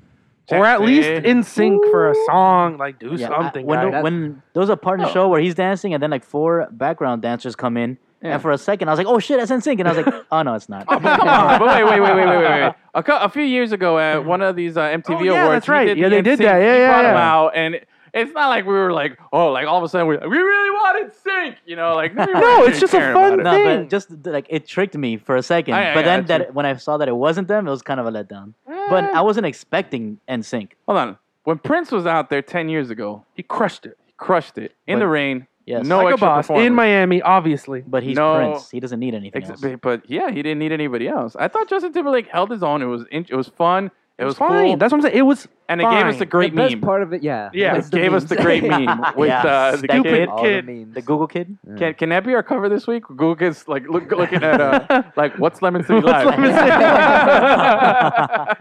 S3: or at least
S1: Jackson.
S3: in sync for a song. Like, do
S2: Yeah, I-
S3: something.
S2: when,
S3: guys.
S2: the- when there was a part in the
S1: Oh.
S2: show where he's dancing and then like four background dancers come in,
S1: Yeah.
S2: and for a second I was like, oh shit, that's NSYNC, and I
S1: *laughs*
S2: was like, oh no, it's not.
S3: *laughs*
S1: Oh, but come on! But wait, wait, wait, wait, wait, wait, wait! A, cou- a few years ago at one of these uh, MTV
S3: Oh, yeah,
S1: awards,
S3: that's
S1: he
S3: right.
S1: Did
S3: Yeah,
S1: the
S3: they did
S1: NSYNC,
S3: that. Yeah,
S1: he
S3: yeah,
S1: brought him
S3: yeah.
S1: out, and it's not like we were like, oh, like all of a sudden we we really wanted sync, you know?
S3: *laughs*
S1: Like we
S3: No, it's just a fun
S1: thing.
S2: no,
S3: thing.
S2: but just th- like it tricked me for a second.
S1: I- I
S2: but then
S1: got you. Eh.
S2: that when I saw that it wasn't them, it was kind of a letdown. But I wasn't expecting NSYNC.
S1: Hold on. When Prince was out there 10 years ago,
S3: he crushed it.
S1: he crushed it in
S2: But-
S1: the rain.
S2: Yes.
S1: No
S3: like a
S1: extra
S3: boss
S1: performance.
S3: in Miami, obviously.
S2: But he's
S1: No.
S2: Prince. He doesn't need anything
S1: Ex-
S2: else.
S1: but- But yeah, he didn't need anybody else. I thought Justin Timberlake held his own. It was in- it was fun. It, was,
S3: fine.
S1: cool.
S3: That's what I'm saying. It was
S1: and it gave us
S3: fine.
S1: the great
S4: the best
S1: meme.
S4: part of it, yeah.
S3: *laughs* Yeah,
S4: was
S1: it gave us the
S4: memes.
S1: great
S4: *laughs*
S1: meme with
S2: Yeah.
S1: uh, the
S2: That
S1: kid.
S2: kid.
S4: All
S3: kid.
S4: the memes.
S1: *laughs*
S2: The Google Kid.
S1: Can, can that be our cover this week? Google gets like look, looking at uh, like what's Lemon City Live?
S3: Lemon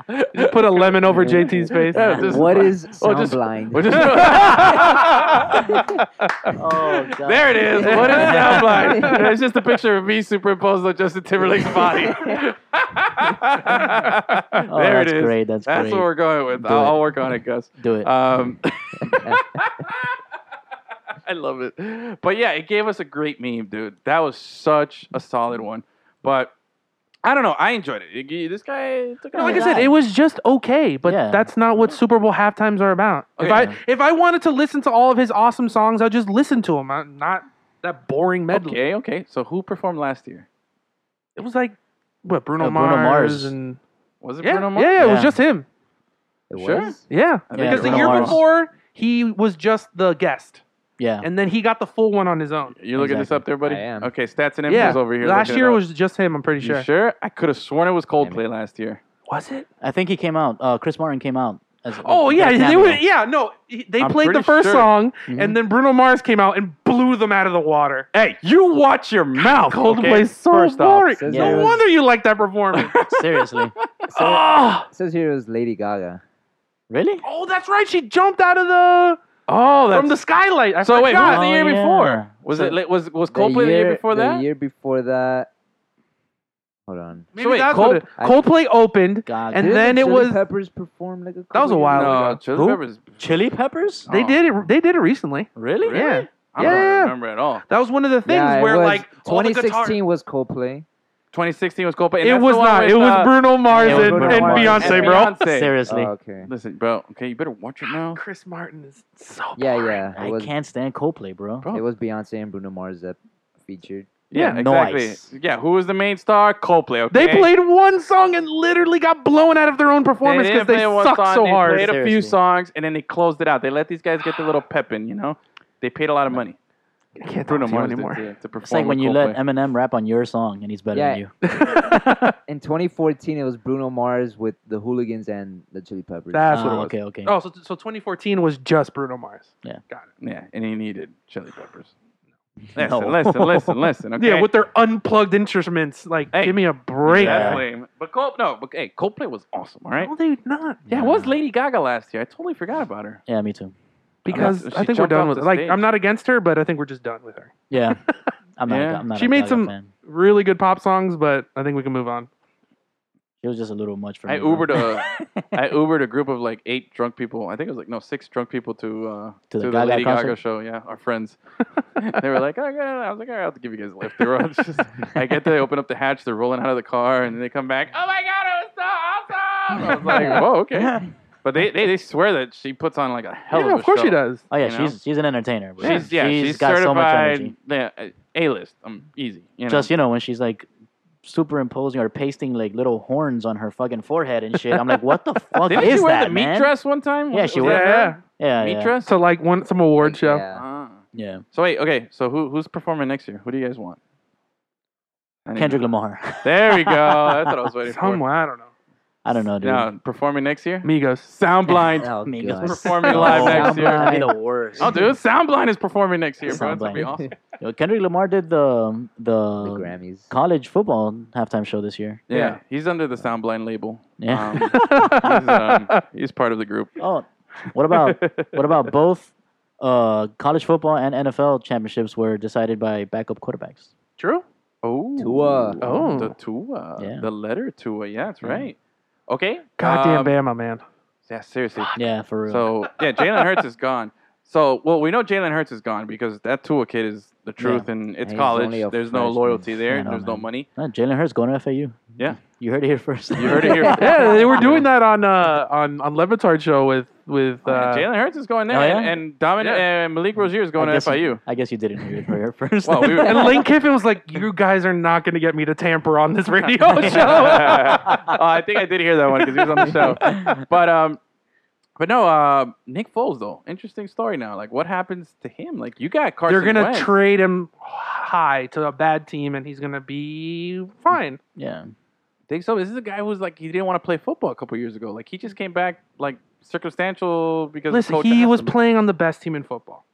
S1: *laughs*
S3: City
S1: Just
S3: put a lemon over JT's face.
S1: Yeah, just-
S4: what is
S1: Oh,
S4: sound
S1: just-
S4: blind?
S1: we'll just- *laughs*
S2: *laughs* Oh god.
S1: There it is. What is that like? It's just a picture of me superimposed on Justin Timberlake's body. *laughs*
S2: Oh,
S1: there
S2: that's
S1: it is.
S2: great. That's,
S1: That's
S2: great.
S1: what we're going with. I'll,
S2: it.
S1: I'll work on it, Gus.
S2: Do it.
S1: Um, *laughs* I love it. But yeah, it gave us a great meme, dude. That was such a solid one. But I don't know. I enjoyed it. It- it- This guy took it.
S3: No,
S1: on
S3: like
S1: his
S3: I said,
S1: own.
S3: it was just okay, but
S2: Yeah.
S3: that's not what Super Bowl halftimes are about.
S1: Okay.
S3: If I if I wanted to listen to all of his awesome songs, I'd just listen to them, I'm not that boring medley.
S1: Okay, okay. So who performed last year?
S3: It was like what Bruno,
S2: Uh, Bruno
S3: Mars,
S2: Mars.
S3: and
S1: Was it
S3: yeah,
S1: Bruno Mars?
S3: yeah, yeah, it was
S2: Yeah.
S3: just him.
S4: It
S1: Sure.
S4: was?
S1: I
S3: Yeah,
S1: think
S2: Yeah,
S3: because the
S2: Bruno
S3: year
S2: Mars.
S3: before he was just the guest,
S2: yeah.
S3: and then he got the full one on his own.
S1: You looking this
S2: Exactly.
S1: up there, buddy?
S4: I am.
S1: Okay, stats and infos
S3: Yeah,
S1: over here.
S3: last
S1: looking it
S3: year
S1: up.
S3: was just him. I'm pretty
S1: You
S3: sure.
S1: sure? I could have sworn it was
S4: Damn
S1: Coldplay last year.
S3: Was it?
S2: I think he came out. Uh, Chris Martin came out. As,
S3: Oh
S2: did a
S3: yeah, they
S2: cameo.
S3: were, *laughs* yeah. No, he- they
S1: I'm
S3: played the
S1: pretty
S3: first
S1: sure. Mm-hmm.
S3: song, and then Bruno Mars came out and blew them out of the water.
S1: Hey, you watch your mouth.
S3: Coldplay
S1: Oh, okay?
S3: so
S1: First off,
S3: boring.
S4: says
S2: there
S3: No
S2: was-
S3: wonder you like that
S1: *laughs*
S3: performance.
S2: Seriously.
S3: oh,
S4: It says here it was Lady Gaga.
S2: Really?
S3: oh, that's right. She jumped out of the
S1: Oh, that's
S3: from the skylight. I
S1: so. Wait, what was
S3: forgot.
S1: the
S2: Oh,
S1: year
S2: yeah.
S1: before? Was
S2: So-
S1: it it was was Coldplay the year, before that?
S4: The year before that. Hold on.
S3: Maybe
S1: so wait,
S3: that's
S1: Cold-
S3: what it- Coldplay opened,
S2: God.
S3: And
S4: Didn't
S3: then
S4: the
S3: it
S4: Chili
S3: was-
S4: Peppers performed like a.
S3: That was a
S4: couple
S3: while
S4: years
S1: no,
S3: ago.
S1: Chili
S3: Who?
S1: Peppers.
S2: Chili Peppers?
S3: they
S1: Oh.
S3: did it. They did it recently.
S2: Really?
S1: Really?
S3: Yeah.
S1: I
S3: Yeah,
S1: don't
S3: yeah, yeah.
S1: remember at all.
S3: That was one of the things
S4: yeah, it
S3: where
S4: was.
S3: like all the guitar.
S4: 2016 was Coldplay.
S1: 2016 was Coldplay. and
S3: It
S1: that's
S3: was
S1: the one
S3: not.
S1: with,
S3: It was
S1: uh,
S3: Bruno
S2: it
S3: Mars and,
S2: was Bruno
S3: and
S2: Mars.
S3: Beyonce,
S1: and
S3: bro.
S1: Beyonce. Uh,
S2: Seriously.
S4: Oh, okay.
S1: Listen, bro. Okay, you better watch your mouth.
S3: Chris Martin is so.
S4: Yeah,
S3: boring.
S4: yeah. It
S2: I
S4: was,
S2: can't stand Coldplay, bro.
S1: Bro.
S4: it was Beyonce and Bruno Mars that featured.
S1: Yeah,
S2: Yeah,
S1: exactly.
S2: nice.
S1: Yeah, who was the main star? Coldplay. Okay?
S3: They played one song and literally got blown out of their own performance because
S1: didn't
S3: they,
S1: play one
S3: suck
S1: song,
S3: so
S1: they
S3: hard.
S1: played a few
S2: Seriously.
S1: songs and then they closed it out. They let these guys get the
S3: *sighs*
S1: little pep in, you know. They paid a lot of money.
S3: I can't
S1: Bruno
S3: talk to you
S1: Mars did
S3: anymore.
S1: to, to perform.
S2: It's like when
S1: with
S2: you
S1: Coldplay.
S2: let Eminem rap on your song and he's better
S4: Yeah.
S2: than you.
S4: In 2014, it was Bruno Mars with the Hooligans and the Chili Peppers.
S3: That's what
S2: Oh,
S3: it was.
S2: okay, okay.
S3: Oh, so, so 2014 was just Bruno Mars.
S1: Yeah, and he needed chili peppers.
S3: *laughs*
S1: Listen,
S2: No.
S1: listen, listen, listen. Okay?
S3: Yeah, with their unplugged instruments. Like,
S1: Hey.
S3: give me a break.
S1: That's
S2: Yeah.
S1: lame. But Cold, no, but hey, Coldplay was awesome. All right.
S3: No, they not.
S1: Yeah, it was Lady Gaga last year. I totally forgot about her.
S2: Yeah, me too.
S3: Because
S1: She
S3: I think we're
S1: jumped
S3: done
S1: off
S3: with
S1: the
S3: it. Like,
S1: stage.
S3: I'm not against her, but I think we're just done with her. *laughs*
S2: Yeah. I'm not,
S1: Yeah.
S2: I'm not
S3: She
S2: a
S3: made
S2: Gaga
S3: some-
S2: fan.
S3: Really good pop songs, but I think we can move on.
S2: It was just a little much for
S1: I
S2: me. man.
S1: Ubered a- I Ubered a group of like eight drunk people. I think it was like no six drunk people to uh, to
S2: To the
S1: the
S2: Gaga
S1: Lady Gaga
S2: concert?
S1: show. Yeah, our
S2: *laughs*
S1: friends. they were like, oh, yeah. I was like, all right, I'll have to give you guys a lift. They were
S2: *laughs*
S1: all just, I get there, they open up the hatch, they're rolling out of the car, and they come back. Oh my god, it was so awesome! I was
S4: *laughs*
S1: like, whoa, okay. But they, they, they swear that she puts on like a hell
S3: yeah,
S1: of a
S3: of course
S1: show.
S3: she does.
S2: *laughs* oh yeah,
S1: you know?
S2: she's she's an entertainer. Bro.
S1: She's yeah, she's,
S2: got so much
S1: certified.
S2: energy.
S1: yeah, a list. I'm easy. You know?
S2: Just you know when she's like superimposing or pasting like little horns on her fucking forehead and shit. I'm like, what
S1: *laughs*
S2: the fuck
S1: Didn't she
S2: is
S1: wear
S2: that,
S1: the meat
S2: man?
S1: dress one time?
S2: Yeah,
S1: Was-
S2: she
S1: was
S2: wore-
S1: that
S3: Yeah,
S1: her?
S3: yeah.
S2: Yeah,
S1: meat
S2: yeah,
S1: dress.
S3: So like one some award show.
S4: Yeah.
S1: Ah.
S2: yeah.
S1: So wait, okay. So who who's performing next year? Who do you guys want? Any-
S2: Kendrick Lamar. *laughs*
S1: There we go. That's what I was waiting for.
S3: Someone I don't know.
S2: I don't know, dude. *laughs*
S1: Now performing next year.
S3: Migos. *laughs*
S1: Soundblind.
S4: Oh,
S2: Migos.
S4: God.
S1: Performing live next year.
S2: That'd
S1: *laughs*
S2: be the worst.
S1: Oh, dude, Soundblind is performing next year, bro. That's gonna be
S2: Soundblind.
S1: awesome.
S2: Yo, Kendrick Lamar did the
S4: The
S1: Um,
S2: the,
S4: Grammys.
S2: college football halftime show this year.
S1: Yeah,
S3: *laughs* Yeah.
S1: he's under the Soundblind label.
S2: Yeah.
S1: Um, he's, um, he's part of the group.
S2: *laughs* oh, what about
S1: *laughs*
S2: what about both uh, college football and NFL championships were decided by backup quarterbacks?
S3: True.
S1: Oh,
S4: Tua.
S1: Oh,
S3: Oh. Mm.
S1: the Tua.
S2: Yeah.
S1: The letter Tua. Yeah, that's
S2: Yeah.
S1: right. Okay.
S3: Goddamn
S1: um,
S3: Bama man.
S1: Yeah, seriously.
S2: Yeah, for real.
S1: So yeah, Jalen Hurts is gone. So well, we know Jalen Hurts is gone because that Tua kid is the truth, and it's
S4: And he's
S1: college.
S4: only a
S1: There's no
S4: freshman.
S1: loyalty there.
S2: I
S1: and
S2: know,
S1: There's no
S2: man.
S1: money.
S2: No, Jalen Hurts going to FAU.
S4: Mm-hmm.
S1: Yeah.
S2: you heard it here first.
S1: You heard it
S2: *laughs*
S1: here.
S3: Yeah, they were doing that on uh on on Levitard show with with
S1: Oh, yeah,
S3: uh,
S1: Jalen Hurts is going there,
S2: oh, yeah?
S1: and, and Dominic and Malik Rozier is going
S2: I
S1: to
S2: guess
S1: FIU.
S3: *laughs*
S2: You, I guess you didn't hear it *laughs* here first.
S1: Well, we were-
S3: and Lane Kiffin was like, "You guys are not going to get me to tamper on
S1: *laughs*
S3: this radio
S1: Oh,
S3: show."
S1: *laughs* I think I did hear that one because he was on the
S3: *laughs*
S1: show. But um, but no, uh, Nick Foles though, interesting story now. Like, what happens to him? Like, you got Carson.
S3: They're going to
S1: Wentz.
S3: trade him high to a bad team, and he's going to be fine.
S2: yeah,
S1: Think so? This is a guy who's like he didn't want to play football a couple years ago. Like he just came back like circumstantial because the
S3: Listen,
S1: coach
S3: he
S1: asked
S3: was
S1: him.
S3: playing on the best team in football. *laughs*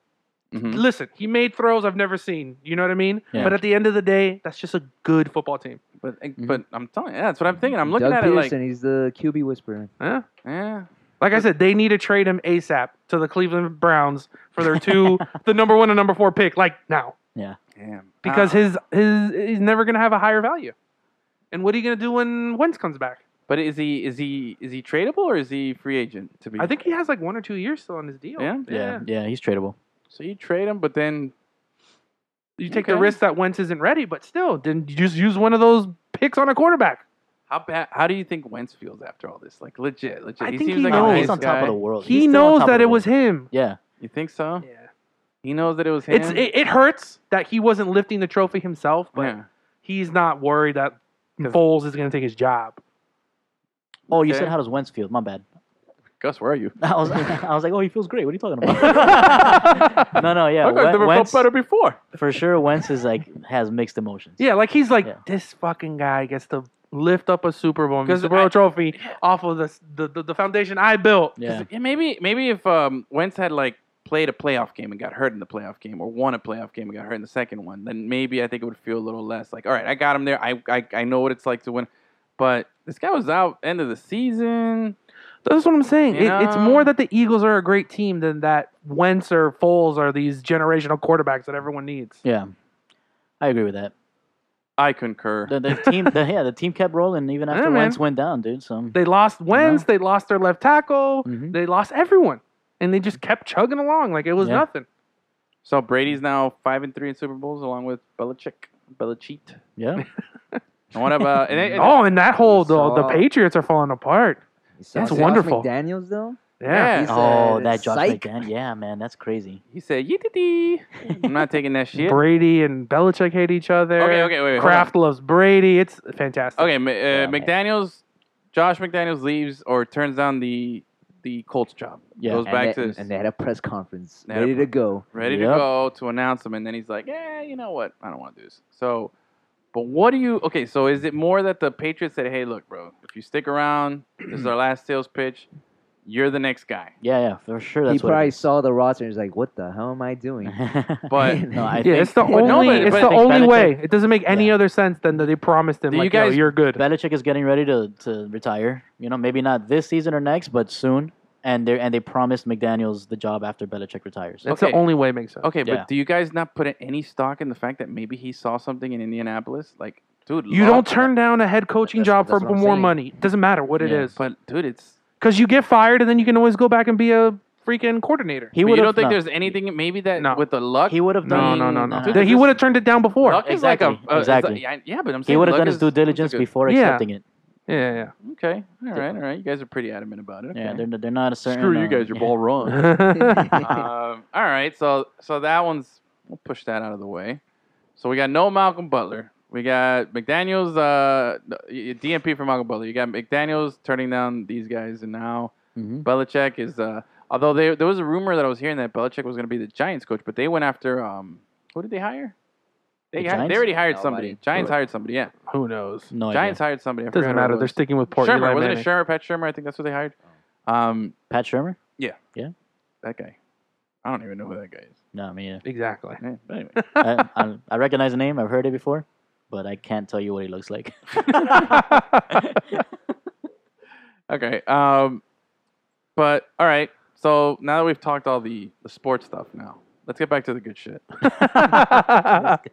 S1: Mhm.
S3: Listen, he made throws I've never seen. You know what I mean?
S2: Yeah.
S3: But at the end of the day, that's just a good football team.
S1: But eh,
S3: Mm-hmm.
S1: but I'm telling you, that's what I'm thinking. I'm looking at
S4: Doug Peterson,
S1: it
S4: he's the QB whisperer.
S3: Huh?
S1: like, eh, yeah,
S3: Like I said, they need to trade him ASAP to the Cleveland Browns for their
S2: *laughs*
S3: two, the number one and number four pick, like now,
S1: damn.
S3: because
S1: Ah.
S3: his his he's never going to have a higher value. And what are you going to do when Wentz comes back?
S1: but is he is he is he tradable or is he free agent? To be,
S3: I think he has like one or two years still on his deal.
S1: Yeah?
S2: yeah, yeah. He's tradable.
S1: so. You trade him, but then
S3: You take the
S1: Okay.
S3: risk that Wentz isn't ready, but still, then you just use one of those picks on a quarterback.
S1: how bad? How do you think Wentz feels after all this? Like legit, legit.
S3: I
S1: he
S3: think
S1: seems
S3: he
S1: like
S3: knows.
S1: a nice
S2: Oh, he's on top
S1: guy.
S2: of the world. He's
S3: He
S2: still on
S3: knows
S2: top of
S3: that
S2: the
S3: it was
S2: world.
S3: him.
S2: Yeah,
S1: You think so?
S3: Yeah.
S1: He knows that it was him.
S3: It's it, it hurts that he wasn't lifting the trophy himself, but
S1: yeah.
S3: he's not worried that Foles is going to take his
S2: *laughs*
S3: job. *laughs*
S2: Oh, you
S1: Okay.
S2: said how does Wentz feel? My bad. *laughs*
S1: Gus, where are you?
S2: I was, *laughs* I was like, oh, he feels great. What are you talking
S3: *laughs*
S2: about? no, no, yeah.
S1: Look, I've
S2: Wen-
S1: never
S2: Wentz,
S1: felt better before.
S2: for sure, Wentz is like has mixed emotions.
S3: Yeah, like he's like
S2: Yeah.
S3: this fucking guy gets to lift up a Super Bowl,
S1: Because
S3: Super Bowl
S1: I-
S3: trophy off of the, the the the foundation I built.
S2: Yeah,
S1: Yeah, maybe maybe if um, Wentz had like played a playoff game and got hurt in the playoff game, or won a playoff game and got hurt in the second one, then maybe I think it would feel a little less like, all right, I got him there. I I, I know what it's like to win. But this guy was out end of the season.
S3: That's what I'm saying. It, it's
S1: Yeah.
S3: more that the Eagles are a great team than that Wentz or Foles are these generational quarterbacks that everyone needs.
S2: yeah. I agree with that.
S1: I concur.
S2: The, the team, the, yeah, the team kept rolling even after
S3: Yeah, man.
S2: Wentz went down, dude. So
S3: They lost Wentz, they lost their left tackle,
S1: Mm-hmm.
S2: Mhm.
S3: they lost everyone, and they just kept chugging along like it was
S2: Yeah.
S3: nothing.
S1: So Brady's now five and three in Super Bowls, along with Belichick, Belichick.
S2: yeah,
S1: And what about? And, and-
S3: *laughs* Oh, and that whole the,
S4: So-
S3: the Patriots are falling apart.
S4: You saw
S3: That's
S4: Josh
S3: wonderful.
S4: McDaniels though.
S1: Yeah.
S3: Yeah.
S4: He said,
S2: oh, that Josh
S4: "Psych."
S2: McDaniels, yeah, man, that's crazy.
S1: he said, "Yee I'm not taking that shit."
S3: Brady and Belichick hate each other.
S1: Okay, okay, wait, wait, hold
S3: Kraft loves Brady. It's fantastic.
S1: Okay, Ma- uh,
S4: Yeah, man.
S1: McDaniel's, Josh McDaniel's leaves or turns down the the Colts job.
S2: Yeah.
S1: goes
S4: And
S1: back
S4: they,
S1: to
S4: and they had a press conference
S1: They had a
S4: ready
S1: pre-
S4: to go.
S1: ready to
S2: Yep.
S1: go to announce him, and then he's like, "Yeah, you know what? I don't want to do this." So, but what do you? Okay, so is it more that the Patriots said, "Hey, look, bro, if you stick around, this is our last sales pitch. You're the next guy."
S2: Yeah, yeah, for sure. That's
S4: he probably
S2: *laughs* what
S4: saw the roster and was like, "What the hell am
S2: *laughs*
S4: I doing?" *laughs*
S2: it is.
S1: But
S2: no, I
S3: yeah,
S2: think
S3: it's the
S1: But
S2: *laughs*
S3: only.
S1: no, but-
S3: it's
S1: but I
S3: the
S2: think
S3: only
S2: Belichick-
S3: way. It doesn't make any
S2: Yeah.
S3: other sense than that they promised him
S1: Do you
S3: like, "Yo,
S1: guys-
S3: you're good."
S2: Belichick is getting ready to, to retire. You know, maybe not this season or next, but soon. And they and they promised McDaniels the job after Belichick retires.
S3: That's
S1: Okay.
S3: the only way it makes sense.
S1: okay,
S2: Yeah.
S1: but do you guys not put any stock in the fact that maybe he saw something in Indianapolis, like dude.
S3: You
S1: law-
S3: don't turn down a head coaching
S4: That's-
S3: job
S4: that's
S3: for
S4: what I'm
S3: more
S4: saying.
S3: money. It doesn't matter what it
S2: Yeah,
S3: is.
S1: But dude, it's.
S3: Because you get fired and then you can always go back and be a freaking coordinator.
S2: He
S1: but you
S2: would've-
S1: don't think
S2: no.
S1: there's anything maybe that
S3: No.
S1: with the luck.
S2: He would have
S3: No,
S2: done.
S3: no, no,
S2: nah.
S3: no. He would have turned it down before.
S1: luck is like a
S2: Exactly,
S1: uh, is like-
S2: exactly.
S1: yeah, yeah, but I'm saying
S2: He would have
S1: luck
S2: done his
S1: is-
S2: due
S1: looks like
S2: diligence
S1: a-
S2: before
S3: Yeah.
S2: accepting it.
S3: Yeah, yeah.
S1: Okay, all right, all right. You guys are pretty adamant about it. Okay.
S2: Yeah, they're, they're not a certain.
S1: Screw you
S2: uh,
S1: guys, you're
S2: yeah.
S1: ball run. *laughs*
S3: yeah.
S1: um, all right, so so that one's we'll push that out of the way. So we got no Malcolm Butler. We got McDaniel's uh, DMP for Malcolm Butler. You got McDaniel's turning down these guys, and now
S2: Mhm.
S1: Belichick is. Uh, although they, there was a rumor that I was hearing that Belichick was going to be the Giants coach, but they went after um, who did they hire? They,
S2: The
S1: hi- they
S2: Giants?
S1: already hired
S4: Nobody.
S1: somebody. Giants
S4: Who-
S1: hired somebody. Yeah,
S3: *laughs* Who knows?
S2: *laughs* No idea.
S1: Giants hired somebody. I forgot
S3: Doesn't
S1: who it
S3: matter. They're
S1: was.
S3: sticking with poor Eli
S1: Shermer wasn't
S3: Manning.
S1: it Shermer? Pat Shermer. I think that's what they hired. Um,
S2: Pat Shermer?
S1: that guy. I don't even know who that guy is.
S2: No,
S1: *laughs*
S2: I mean,
S3: Exactly.
S1: Yeah, but anyway.
S2: I, I, I recognize the name. I've heard it before, but I can't tell you what he looks like.
S1: Okay. Um, but all right. So now that we've talked all the, the sports stuff, now let's get back to the good shit.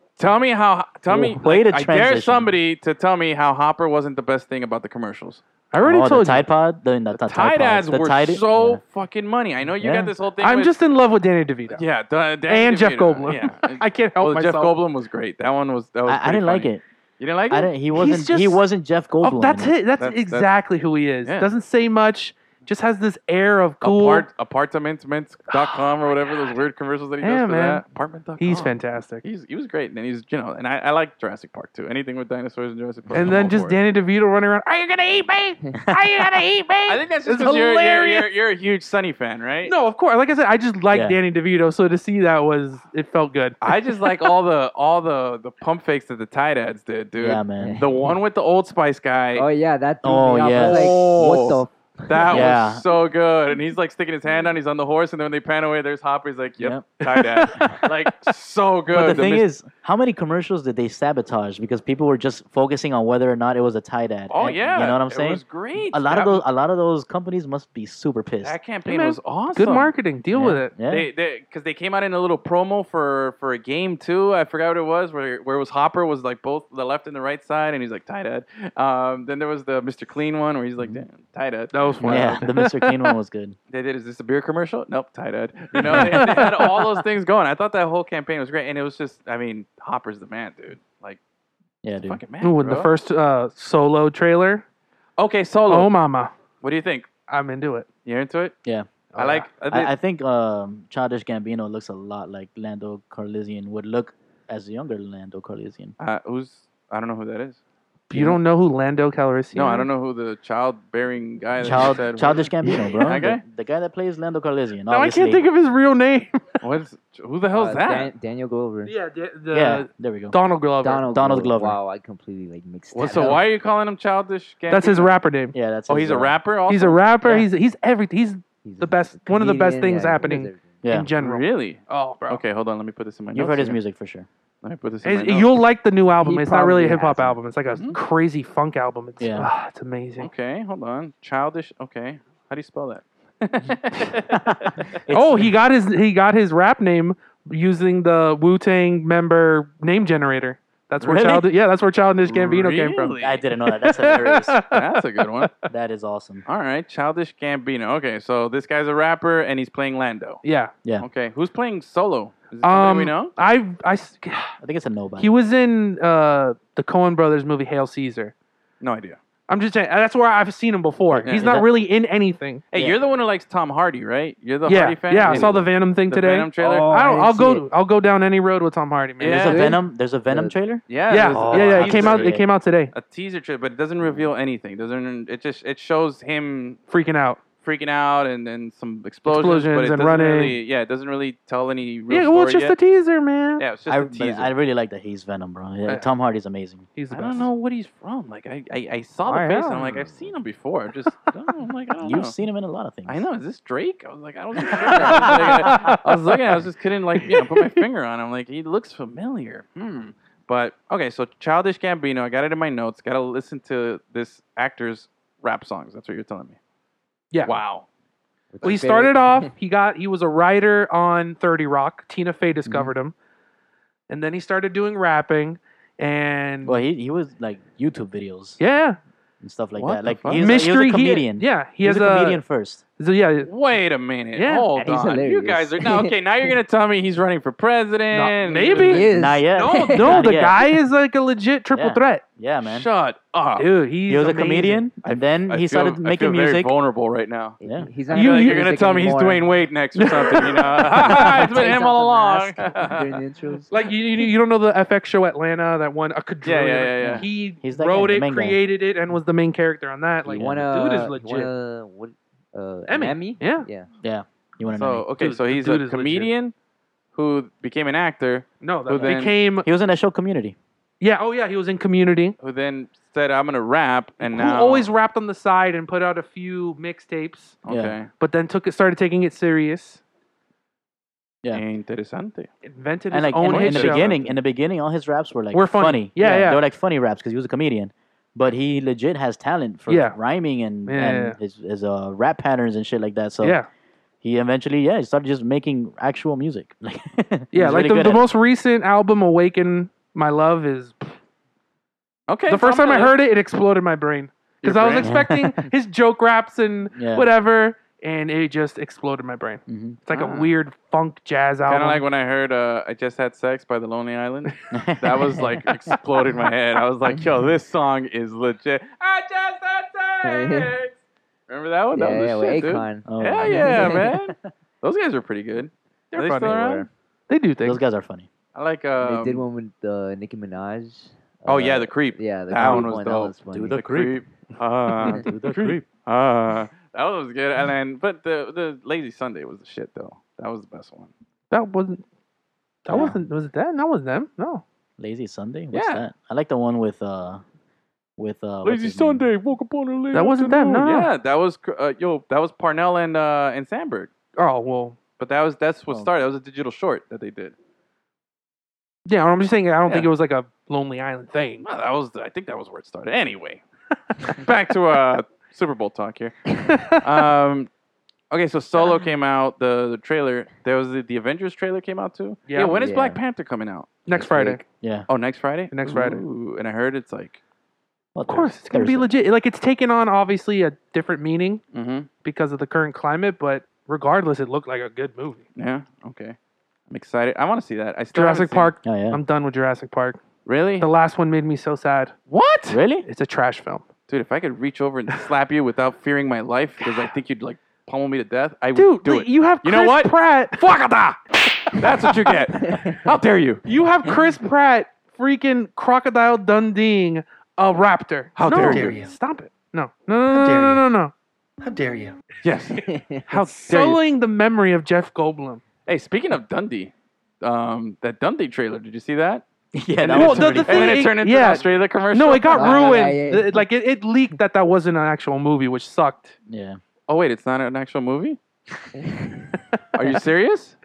S1: *laughs*
S3: *laughs*
S1: Tell me how. Tell me.
S2: *laughs* Way to
S1: I dare
S2: transition.
S1: somebody to tell me how Hopper wasn't the best thing about the commercials.
S3: I already
S2: oh,
S3: told
S2: the Tide Pod? The, not Tide,
S1: Tide
S2: Pods,
S1: ads
S2: the
S1: were
S2: Tide-
S1: so
S2: yeah.
S1: fucking money. I know you
S2: Yeah.
S1: got this whole
S3: you.
S1: thing.
S3: I'm
S1: with-
S3: just in love with Danny DeVito.
S1: yeah, da- Danny
S3: And Jeff
S1: DeVito.
S2: *laughs*
S3: Goldblum.
S1: Yeah.
S3: *laughs* I can't help
S1: Well,
S3: myself.
S1: Jeff Goldblum was great. That one was. That was
S2: I, I didn't like it.
S1: You didn't like it.
S2: I didn't, he wasn't. he
S3: just-
S2: wasn't Jeff Goldblum.
S3: Oh, that's
S2: in it.
S3: it. That's,
S1: That's- that's-
S3: exactly who he is.
S1: Yeah.
S3: Doesn't say much. Just has this air of cool.
S1: Apart, apartmentments.com or whatever
S2: *sighs*
S1: those weird commercials that he
S3: Yeah,
S1: does for
S3: man.
S1: that. Apartment.com.
S3: He's fantastic.
S1: He's he was great, and then he's you know, and I, I like Jurassic Park too. Anything with dinosaurs and Jurassic Park.
S3: And
S1: I'm
S3: then
S1: all
S3: just
S1: for it.
S3: Danny DeVito running around. Are you gonna eat me? Are you gonna eat me?
S1: *laughs* I think that's just
S3: It's
S1: 'cause you're, you're,
S3: hilarious.
S1: you're you're a huge Sunny fan, right?
S3: No, of course. Like I said, I just like
S2: Yeah.
S3: Danny DeVito, so to see that was it felt good.
S1: I just like all the all the the pump fakes that the Tide ads did, dude.
S2: Yeah, man.
S1: The one with the Old Spice guy.
S4: oh yeah, that. threw me
S2: Oh,
S4: off. I was
S2: yes.
S4: like,
S1: Oh.
S4: what the?
S1: That
S2: Yeah.
S1: was so good. And he's like sticking his hand on, he's on the horse, and then when they pan away, there's Hopper. He's like, yep, Tide
S2: *laughs*
S1: ad. like, so good.
S2: But the thing
S1: mis-
S2: is, how many commercials did they sabotage because people were just focusing on whether or not it was a tie ad?
S1: oh,
S2: And-
S1: yeah.
S2: you know what I'm
S1: It
S2: saying?
S1: was great.
S2: A lot
S1: that,
S2: of those, a lot of those companies must be super pissed.
S1: That campaign
S3: man.
S1: was awesome.
S3: Good marketing. Deal
S2: yeah.
S3: with it.
S2: Yeah.
S1: They they because they came out in a little promo for for a game too. I forgot what it was. Where where it was Hopper was like both the left and the right side, and he's like tight ad. Um, then there was the Mr. Clean one where he's like
S2: Mm-hmm.
S1: damn tight ad.
S3: That was fun.
S2: yeah,
S1: *laughs*
S2: the Mr. Clean one was good.
S1: They did. Is this a beer commercial? Nope, tight ad. You know, *laughs* they, they had all those things going. I thought that whole campaign was great, and it was just I mean Hopper's the man, dude. Like
S2: Yeah, dude.
S1: fucking man.
S3: Ooh, when the
S1: bro.
S3: first uh, solo trailer.
S1: okay solo.
S3: Oh mama,
S1: what do you think?
S3: I'm into it.
S1: You're into it?
S2: Yeah.
S1: I like. I think-
S2: I, I think um, Childish Gambino looks a lot like Lando Carlisian would look as a younger Lando Carlisian.
S1: uh, who's I don't know who that is.
S3: You don't know who Lando Calrissian?
S1: No, I
S3: is?
S1: don't know who the childbearing guy. That you
S2: Child,
S1: said was.
S2: Childish Gambino, bro.
S1: That guy?
S2: The, the guy that plays Lando Carlisian.
S3: No, I
S2: obviously.
S3: can't think of his real name.
S1: What's who the hell's
S4: uh,
S1: that?
S4: Dan- Daniel Glover.
S3: *laughs* yeah, the,
S2: yeah, there we go.
S3: Donald Glover.
S4: Donald.
S2: Donald Glover.
S4: Wow, I completely like mixed.
S1: Well,
S4: that
S1: so
S4: up.
S1: why are you calling him childish? Gambino?
S3: That's his rapper name.
S2: Yeah, that's.
S1: Oh,
S2: his,
S1: he's a
S2: uh,
S1: rapper. Also?
S3: He's a rapper.
S2: Yeah.
S3: He's he's everything. He's
S4: He's
S3: the
S4: a
S3: best- one of the best
S4: comedian,
S3: things
S4: yeah,
S3: happening.
S4: he does everything.
S2: Yeah,
S3: in general.
S1: really.
S3: Oh, bro.
S1: Okay, hold on. Let me put this in my.
S2: you've
S1: notes
S2: heard his
S1: here.
S2: music for sure.
S1: Let me put this in my.
S3: It's-
S1: notes.
S3: You'll like the new album.
S4: He
S3: it's not really a hip
S4: probably
S3: hop
S4: hasn't.
S3: album. It's like a
S1: Mhm.
S3: crazy funk album. It's
S2: Yeah.
S3: ah, it's amazing.
S1: Okay, hold on. Childish. Okay, how do you spell
S3: *laughs*
S1: that?
S3: oh, he got his he got his rap name using the Wu Tang member name generator. That's where
S2: Really?
S3: child yeah, that's where Childish Gambino came from.
S1: Really?
S2: I didn't know that. That's hilarious.
S1: That's a good one.
S3: *laughs*
S2: that is awesome.
S1: All right, childish Gambino. Okay, so this guy's a rapper and he's playing Lando.
S3: yeah.
S2: Yeah.
S1: Okay, who's playing solo? Is it somebody
S3: Um,
S1: we know?
S3: I I s- *sighs*
S2: I think it's a nobody.
S3: he was in uh, the Coen Brothers movie Hail Caesar.
S1: No idea.
S3: I'm just saying that's where I've seen him before.
S1: Yeah.
S3: He's
S1: Is
S3: not
S2: that-
S3: really in anything.
S1: Hey,
S2: Yeah.
S1: you're the one who likes Tom Hardy, right? You're the
S3: yeah,
S1: Hardy fan.
S3: yeah. I
S1: And
S3: saw the Venom thing
S1: the
S3: today.
S1: Venom trailer.
S4: Oh,
S3: I
S4: I
S3: don't.
S4: didn't
S3: I'll
S4: see
S3: go. I'll go down any road with Tom Hardy, man.
S1: Yeah.
S2: there's a
S1: dude.
S2: Venom. There's a Venom
S4: The-
S2: trailer.
S1: yeah,
S3: Yeah,
S1: there's a
S3: yeah, yeah. It
S1: teaser.
S3: came out.
S2: yeah.
S3: It came out today.
S1: a teaser trip, but it doesn't reveal anything. Doesn't it? Just it shows him
S3: Freaking out.
S1: freaking out and then some explosions,
S3: Explosions
S1: but it
S3: and
S1: doesn't
S3: running.
S1: Really, yeah, it doesn't really tell any real
S3: yeah,
S1: story
S3: well, it's just
S1: yet.
S3: a teaser, man.
S1: yeah, it's just
S2: I,
S1: a
S2: but
S1: teaser.
S2: I really like that he's Venom, bro. Yeah,
S1: Yeah.
S2: Tom Hardy's amazing.
S3: He's the
S1: I
S3: best.
S1: don't know what he's from. Like I, I, I saw
S3: I
S1: the face. And I'm
S3: don't
S1: like,
S3: know.
S1: I've seen him before. I'm just, I don't know, I'm like, I don't
S2: You've
S1: know.
S2: seen him in a lot of things.
S1: I know. Is this Drake? I was like, I don't. know. I *laughs*
S3: *laughs*
S1: was looking. I was just couldn't like, you know, put my finger on. him. like, he looks familiar. Hmm. But okay, so Childish Gambino. I got it in my notes. Got to listen to this actor's rap songs. That's what you're telling me.
S3: Yeah.
S1: Wow.
S4: What's
S3: Well,
S4: your
S3: he
S4: favorite-
S3: started
S4: *laughs*
S3: off.
S1: *laughs*
S3: He got. He was a
S1: Mm-hmm.
S3: writer on Thirty Rock. Tina Fey discovered him, and then he started doing rapping. and
S2: Well, he, he was like YouTube videos
S3: yeah,
S2: and stuff like
S1: What
S2: that.
S1: the
S2: Like
S1: fuck?
S2: he's, he was
S3: mystery
S2: a comedian.
S3: He, yeah,
S2: he
S3: he, has
S2: was a comedian first.
S3: So yeah,
S1: Wait a minute.
S3: Yeah.
S1: Hold
S4: He's
S1: on. You
S4: hilarious.
S1: guys are now okay. Now you're gonna tell me he's running for president.
S3: No, maybe.
S4: He is.
S2: Not yet. *laughs*
S3: no, *laughs* no,
S2: Not
S3: the
S2: yet.
S3: guy is like a legit triple
S2: Yeah.
S3: threat,
S2: Yeah, man.
S1: Shut up.
S3: dude. He's
S2: He was a
S3: amazing.
S2: comedian,
S1: I-
S2: and then
S1: I
S2: he
S1: feel-
S2: started
S1: I
S2: making
S1: feel Very
S2: music.
S1: vulnerable right now.
S2: Yeah.
S4: He's
S1: I
S4: not
S1: feel
S3: You-
S1: like
S3: you-
S1: you're gonna tell me he's
S4: doing
S1: Dwayne Wade next or something. You know, *laughs* it's been him all along. *laughs*
S4: during the intros.
S3: Like you, you, you don't know the FX show Atlanta that won a
S1: Yeah,
S3: quadrillion.
S1: yeah, yeah, yeah.
S3: He
S2: He's that
S3: wrote
S2: guy, the
S3: it,
S2: main guy.
S3: created it, and was the main character on that.
S4: He
S3: Like,
S4: won a-
S3: dude is
S4: he
S3: legit.
S4: won a- uh, what- uh,
S3: Emmy.
S4: an Emmy?
S3: Yeah.
S4: Yeah.
S2: You want to
S1: so
S2: know?
S1: okay,
S3: Dude,
S1: so
S3: the
S1: he's a
S3: dude is legit.
S1: comedian who became an actor,
S3: no,
S1: Who
S3: that
S1: then-
S3: became.
S2: He was in that show Community.
S3: Yeah, oh yeah, he was in Community.
S1: who then said, "I'm gonna rap," and now
S3: Who always rapped on the side and put out a few mixtapes,
S1: okay.
S3: but then took it, started taking it serious.
S2: Yeah.
S1: Interesante.
S3: Invented
S2: And
S3: his
S2: like
S3: own
S2: in,
S3: hit
S2: in the
S3: show.
S2: beginning, in the beginning, all his raps were like
S3: Were funny. Yeah, yeah.
S2: they were like funny raps because he was a comedian. But he legit has talent for
S3: Yeah.
S2: rhyming and,
S3: Yeah,
S2: and
S3: yeah,
S2: His, his uh, rap patterns and shit like that. So
S3: yeah,
S2: he eventually, yeah, he started just making actual music. *laughs* Like,
S3: yeah, like the, the most recent album, "Awaken My Love," is
S1: Okay.
S3: *laughs* the first time I heard it, it exploded my brain because
S1: Your
S3: I was
S1: brain?
S3: expecting his joke raps and
S2: Yeah.
S3: whatever, and it just exploded my brain.
S2: hmm
S3: It's like
S1: Ah.
S3: a weird funk jazz
S1: Kind
S3: album.
S1: of
S3: *laughs*
S1: like when I heard uh, "I Just Had Sex" by the Lonely Island. That was like exploded in my head. I was like, "Yo,
S4: *laughs*
S1: this song is legit." I just had sex. Remember that one? that
S4: Yeah,
S1: was
S4: yeah,
S1: the
S4: with
S1: Oh, shit, dude.
S4: Akon.
S2: Oh,
S1: Hell
S4: *laughs*
S1: yeah, man. Those guys are pretty good.
S3: They're
S1: Are they
S3: funny.
S1: still around?
S3: they do
S2: *laughs*
S3: things.
S2: Those guys are funny.
S1: I like.
S4: They
S1: Um,
S4: did one with uh, Nicki Minaj.
S1: Oh yeah,
S4: Uh,
S1: the creep.
S4: yeah, the
S1: that
S4: creep
S1: one was
S4: That
S1: dope.
S4: was funny.
S2: Dude,
S4: *laughs*
S2: the creep.
S1: Ah,
S2: Do the creep.
S1: ah. That one was good. And then, but the the Lazy Sunday was the shit though. That was the best one.
S3: That wasn't. That
S2: Yeah.
S3: wasn't. Was it that? That was them. No.
S2: Lazy Sunday. What's
S1: Yeah.
S2: that? I like the one with uh, with uh, what's his name?
S1: woke up on a lazy.
S3: That wasn't them, no, no.
S1: Yeah, that was uh, yo. That was Parnell and uh, and Sandberg.
S3: Oh well.
S1: But that was that's what
S2: Oh.
S1: started. That was a digital short that they did.
S3: Yeah, I'm just saying. I don't think
S1: Yeah.
S3: it was like a Lonely Island thing.
S1: Well, that was I think that was where it started. Anyway, *laughs* back to uh, Super Bowl talk here. Um, okay, so
S3: *laughs*
S1: Solo came out. The the trailer. There was the, the Avengers trailer came out too.
S3: Yeah.
S1: when is
S4: Yeah.
S1: Black Panther coming out?
S3: Next Friday.
S4: week.
S2: Yeah.
S1: Oh, next Friday.
S3: Next Friday.
S1: Ooh, and I heard it's like.
S2: Well,
S3: Of course, it's gonna be legit. Like it's taken on obviously a different meaning
S1: hmm
S3: because of the current climate, but regardless, it looked like a good movie.
S1: Yeah. Okay. I'm excited. I want to see that. I still haven't
S3: Jurassic
S1: seen-
S3: Park.
S2: Oh yeah.
S3: I'm done with Jurassic Park.
S1: Really?
S3: The last one made me so sad.
S1: What?
S2: really?
S3: It's a trash film.
S1: Dude, if I could reach over
S3: *laughs*
S1: and slap you without fearing my life because I think you'd like pummel me to death, I would
S3: Dude, e-
S1: do
S3: like,
S1: it.
S3: *laughs* you have
S1: You
S3: Chris
S1: know what?
S3: Pratt.
S1: Fuckata! That's what you
S3: *laughs*
S1: get. How dare you?
S3: You have Chris Pratt freaking crocodile Dundeeing a raptor.
S1: How
S3: no,
S1: dare
S5: Dare you. you.
S3: Stop it. No. No, no,
S5: How dare
S3: no, no, no,
S5: you.
S3: no.
S5: How dare you?
S1: Yes. How dare you?
S3: Sullying the memory of Jeff Goldblum.
S1: Hey, speaking of Dundee, um, that Dundee trailer, did you see *laughs* that?
S2: Yeah.
S1: And
S2: That
S1: then
S3: Well,
S2: was
S1: it
S3: the-
S1: turned-
S3: the
S2: pretty
S1: and then
S3: thing-
S1: it turned into
S3: yeah.
S1: an Australia commercial.
S3: No, it got
S4: Oh, yeah,
S3: ruined.
S4: yeah, yeah.
S3: The- Like it, it leaked that that wasn't an actual movie, which sucked.
S2: yeah.
S1: Oh wait, it's not an actual movie. Are you *laughs* serious?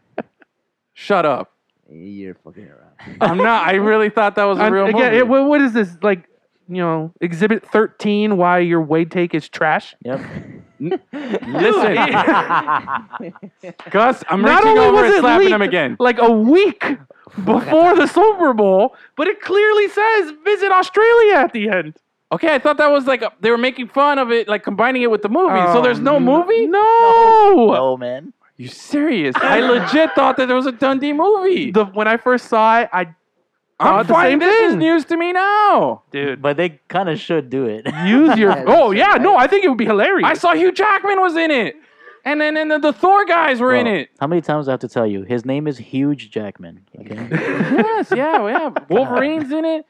S1: Shut up.
S4: *laughs* You're fucking
S1: *laughs*
S4: around. *laughs*
S1: I'm not. I really thought that was a
S3: And
S1: real
S3: again,
S1: movie.
S3: it- what- what is this like? You know, Exhibit 13, why your way take is trash.
S2: Yep.
S1: *laughs* Listen, Gus, I'm
S3: Not
S1: reaching
S3: only
S1: over
S3: was
S1: and
S3: it
S1: slapping him
S3: leaked-
S1: again.
S3: Like a week before the Super Bowl, but it clearly says visit Australia at the end.
S1: Okay, I thought that was like a, they were making fun of it, like combining it with the movie. so
S3: Um,
S1: there's Oh, no movie.
S3: No.
S2: Oh man.
S1: You serious? *laughs* I legit thought that there was a Dundee movie.
S3: The, when I first saw it, I
S1: I'm
S3: thought the
S1: finding
S3: same
S1: this is
S3: thing.
S1: news to me now.
S3: dude
S2: But they kind of should do it. *laughs*
S3: use your.
S4: *laughs* Yeah, that's
S3: oh
S4: right.
S3: yeah, no, I think it would be hilarious.
S1: I saw Hugh Jackman was in it, and then and the, the Thor guys were in
S2: Well,
S1: it.
S2: How many times do I have to tell you? His name is Huge Jackman. Okay.
S1: yes, yeah, yeah. *laughs* Wolverine's in it.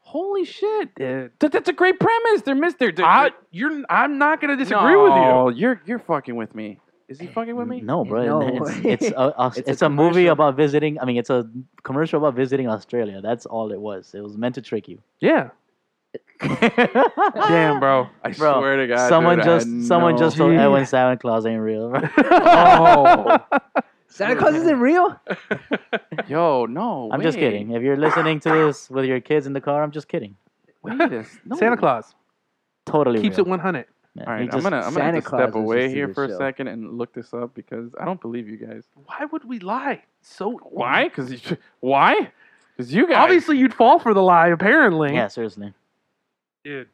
S1: Holy shit, dude! That, that's a great premise. They're missed. They're, they're,
S3: I, you're. I'm not gonna disagree with
S1: with you. You're you're fucking with me. Is he fucking with me?
S2: No, bro.
S4: No.
S2: It's, it's a, a-
S4: It's
S2: it's,
S4: a
S2: a, movie
S4: commercial.
S2: about visiting. I mean, it's a commercial about visiting Australia. That's all it was. It was meant to trick you.
S3: you. Yeah. Damn, bro.
S1: I
S2: Bro,
S1: swear to God,
S2: someone
S1: dude, I
S2: just
S1: had
S2: someone
S1: no-
S2: just told
S3: Gee.
S2: Edwin Santa Claus ain't real. bro.
S1: Oh,
S4: Santa Claus isn't real.
S1: yo, no.
S2: I'm just
S1: way.
S2: kidding. If you're listening to this with your kids in the car, I'm just kidding.
S1: Wait a
S2: *laughs*
S1: s- no.
S3: *laughs* Santa Claus
S2: Totally
S3: keeps
S2: real.
S3: it 100.
S2: Man,
S1: All
S2: he
S1: right, I'm
S2: just-
S1: gonna I'm gonna have
S4: Santa
S1: to
S4: Claus
S1: step
S4: was
S1: away
S4: just in
S1: here
S4: the
S1: for a
S4: show.
S1: second and look this up because I don't believe you guys.
S3: Why would we lie? So
S1: *laughs* Why? Because why? Because you guys
S3: Obviously, you'd fall for the lie. Apparently,
S2: Yeah, seriously.
S3: dude.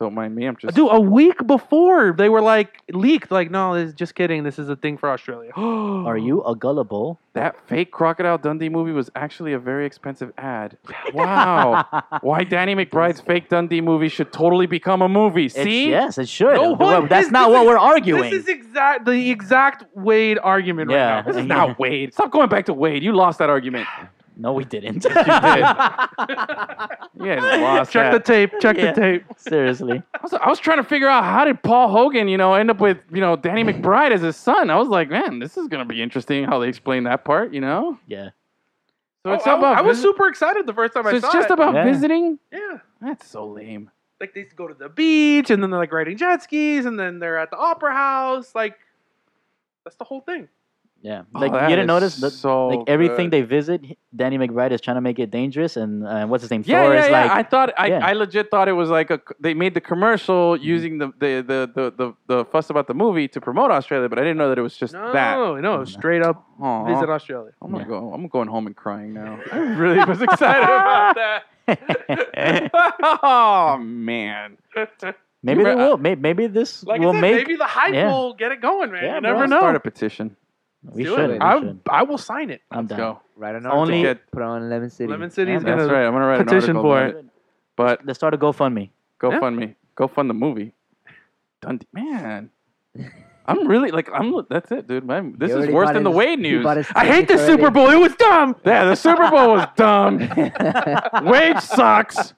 S1: don't mind me. I'm just
S3: Dude, a week before they were like leaked. Like, no, this just kidding. This is a thing for
S1: *gasps*
S3: Australia. *gasps*
S2: Are you a gullible?
S1: that fake Crocodile Dundee movie was actually a very expensive ad.
S3: *laughs*
S1: Wow. Why Danny McBride's fake Dundee movie should totally become a movie.
S2: It's-
S1: See?
S2: yes, it should.
S3: No,
S2: Well,
S3: what-
S2: that's
S3: this-
S2: not
S3: this
S2: what
S3: is-
S2: we're arguing.
S3: This is exact the exact Wade argument
S2: Yeah.
S3: right
S2: *laughs*
S3: now.
S1: This is not Wade. Stop going back to Wade. You lost that argument.
S2: no, we didn't.
S1: You
S3: *laughs*
S1: guys lost
S3: Check the
S1: that.
S3: tape. Check
S2: Yeah.
S3: the tape.
S2: *laughs* seriously.
S1: I was, I was trying to figure out how did Paul Hogan, you know, end up with, you know, Danny McBride as his son. I was like, man, this is going to be interesting how they explain that part, you know?
S2: Yeah.
S1: So it's
S3: Oh, I,
S1: about
S3: I was
S1: visi-
S3: super excited the first time
S1: so
S3: I saw
S1: it's just
S3: it.
S1: about
S2: Yeah.
S1: visiting?
S3: yeah.
S1: That's so lame.
S3: Like they used to go to the beach and then they're like riding jet skis and then they're at the opera house. Like that's the whole thing.
S2: Yeah.
S1: Oh,
S2: Like
S1: that
S2: you didn't
S1: is
S2: notice that
S1: so
S2: like everything
S1: good.
S2: they visit, Danny McBride is trying to make it dangerous and uh, what's his name?
S1: Yeah,
S2: Thor
S1: yeah,
S2: is
S1: yeah.
S2: like
S1: I thought I,
S2: yeah.
S1: I legit thought it was like a they made the commercial using the the, the the the the fuss about the movie to promote Australia, but I didn't know that it was just
S3: No,
S1: that.
S2: Mm-hmm.
S3: no, straight up
S2: Uh-huh.
S1: Aw.
S3: visit Australia. *laughs*
S1: I'm gonna
S2: Yeah.
S1: go. I'm going home and crying now. I really was excited about
S2: *laughs*
S1: that. oh man,
S2: *laughs* maybe they
S1: Remember,
S2: will. May- Maybe this
S3: *laughs* Like
S2: will
S3: I said,
S2: make
S3: maybe the hype
S2: yeah.
S3: will get it going, man.
S2: Yeah,
S3: you
S2: bro.
S3: never know.
S1: Start a petition.
S2: we
S3: Do
S2: should.
S3: it.
S2: we
S3: I,
S2: should.
S3: I will sign it.
S2: I'm done.
S1: Go.
S4: Right on
S2: Only-
S4: Only put on Lemon City.
S3: Lemon City is
S2: Yeah,
S1: That's
S3: gonna
S1: right. I'm gonna write an
S3: petition
S1: article
S3: for
S1: about
S3: it.
S1: But
S2: Let's start a GoFundMe.
S1: go
S3: Yeah.
S1: fund me. Go fund the movie. Dundee, man. I'm really like I'm. That's it, dude. Man, this is worse than the Wade news.
S3: I hate the Super Bowl. It was dumb.
S1: Yeah, the Super Bowl was dumb.
S4: *laughs*
S1: Wage sucks.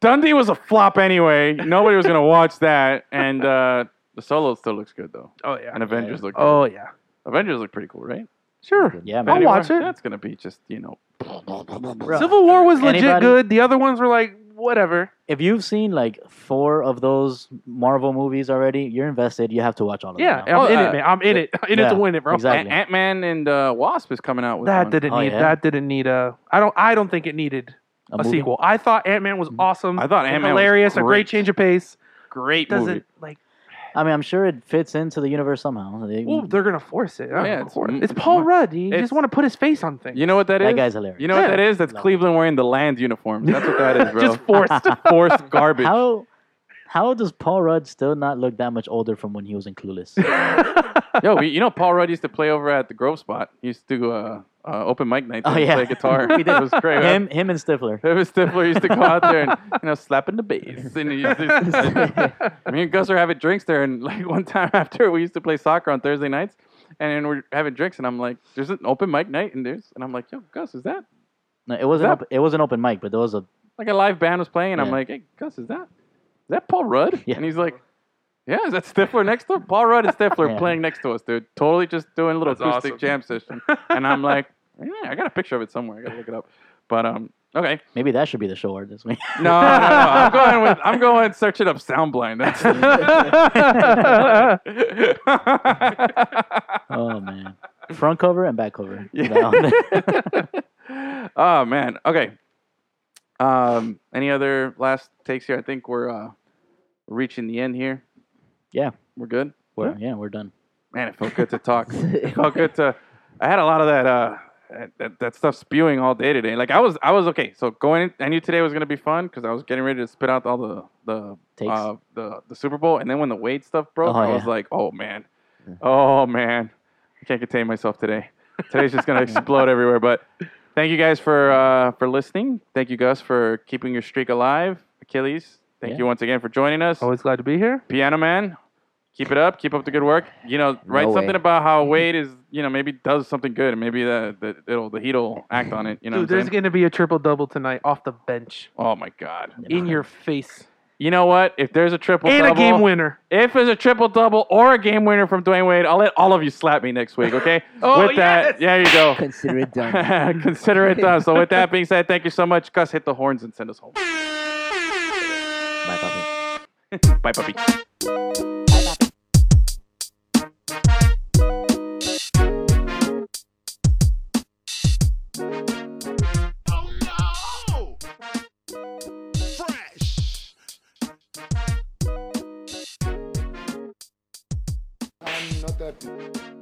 S1: Dundee was a flop anyway. Nobody was gonna watch that. And uh, the solo still looks good though.
S3: Oh yeah.
S1: And Avengers look.
S3: Oh yeah.
S1: cool. Avengers look pretty cool, right?
S3: Sure.
S2: Yeah,
S1: Infinity War,
S2: man.
S3: watch it.
S1: That's gonna be just you know.
S2: Bro,
S3: Civil War was legit
S2: Anybody-
S3: good. The other ones were like whatever.
S2: if you've seen like four of those Marvel movies already, you're invested. You have to watch all of
S3: Yeah,
S2: them.
S3: I'm
S1: Oh,
S3: in
S1: uh,
S3: it, man. I'm in it. *laughs* I'm in it
S2: yeah,
S3: to win it, bro.
S2: exactly.
S1: Ant Man and uh, Wasp is coming out with
S3: That
S1: one.
S3: didn't
S2: Oh,
S3: need.
S2: yeah.
S3: That didn't need a. I don't. I don't think it needed a,
S2: movie. Mm-hmm.
S3: sequel. I thought Ant Man was awesome.
S1: I thought
S3: and
S1: Ant-Man was
S3: hilarious. A
S1: great.
S3: great change of pace.
S1: great
S3: Doesn't
S1: movie.
S3: like.
S2: I mean, I'm sure it fits into the universe somehow. They-
S3: Well, they're gonna force it.
S1: Oh, yeah,
S3: Yeah,
S1: it's
S3: it's,
S1: m-
S3: it's Paul
S1: m-
S3: Rudd. You
S1: it's-
S3: just want to put his face on things.
S1: You know what that is?
S2: that guy's hilarious.
S1: You know what
S3: Yeah.
S1: that is? That's
S2: Love it.
S1: Cleveland wearing the land uniforms. That's what that is, bro.
S3: *laughs* just forced.
S1: *laughs* forced garbage.
S2: How how does Paul Rudd still not look that much older from when he was in Clueless?
S1: Yo, we, you know Paul Rudd used to play over at the Grove Spot. He used to uh, uh, open mic night
S2: Oh,
S1: and
S2: yeah.
S1: play guitar.
S2: *laughs* We did.
S1: It was great.
S2: him him and Stifler.
S1: Him and Stifler used to go out there
S2: *laughs*
S1: and you know slap in the bass. And he used to, *laughs* me and Gus were having drinks there, and like one time *laughs* after we used to play soccer on Thursday nights, and then we're having drinks, and I'm like, "There's an open mic night," and there's, and I'm like, "Yo, Gus, is that
S2: No, it wasn't
S1: That-
S2: op- it was an open mic, but there was a
S1: like a live band was playing?" And I'm
S2: Yeah.
S1: like, "Hey, Gus, is that is that Paul Rudd?"
S2: Yeah.
S1: And he's like. Yeah, is that Stifler next door? Paul Rudd and Stifler
S2: *laughs* Yeah.
S1: playing next to us, dude. Totally just doing a little
S3: That's
S1: acoustic
S3: awesome.
S1: jam
S3: *laughs*
S1: session. And I'm like, yeah, I got a picture of it somewhere. I gotta look it up. But um, okay.
S2: maybe that should be the show word this week.
S1: No, no, no. I'm going with I'm going search it up Soundblind. That's
S2: *laughs* oh man, front cover and back cover.
S1: *laughs* Yeah.
S2: That one.
S1: *laughs* oh man. Okay. Um, any other last takes here? I think we're uh, reaching the end here.
S2: Yeah.
S1: We're good.
S2: We're- yeah, we're done.
S1: Man, it felt good to talk. it felt good to. I had a lot of that, uh, that that stuff spewing all day today. Like I was, I was okay. So going, in, I knew today was gonna be fun because I was getting ready to spit out all the the
S2: Takes.
S1: uh, the the Super Bowl, and then when the Wade stuff broke,
S2: Oh,
S1: I was
S2: yeah.
S1: like, oh man, oh man, I can't contain myself today. Today's just
S2: *laughs*
S1: gonna explode everywhere. But thank you guys for uh, for listening. Thank you Gus for keeping your streak alive. Achilles, thank
S2: Yeah.
S1: you once again for joining us.
S3: *laughs* Always glad to be here.
S1: Piano Man, keep it up. Keep up the good work. You know, write
S4: way.
S1: something about how Wade is, you know, maybe does something good and maybe the, the, it'll, the heat will act on it. You know what
S3: Dude,
S1: I'm
S3: there's
S1: saying?
S3: gonna be a triple double tonight off the bench
S1: Oh, my God.
S3: in your face
S1: You know what? If there's a triple
S3: and a
S1: double,
S3: game winner.
S1: if there's a triple double or a game winner from Dwayne Wade, I'll let all of you slap me next week, okay?
S3: *laughs* Oh,
S1: With that,
S3: yes!
S1: there you go.
S4: Consider it
S1: *laughs*
S4: done.
S3: *laughs*
S1: Consider it done. So, with that being said, thank you so much. Gus, hit the horns and send us
S3: *laughs*
S1: home.
S4: My puppy.
S1: Bye, puppy.
S5: Oh no! Fresh!
S6: I'm not that.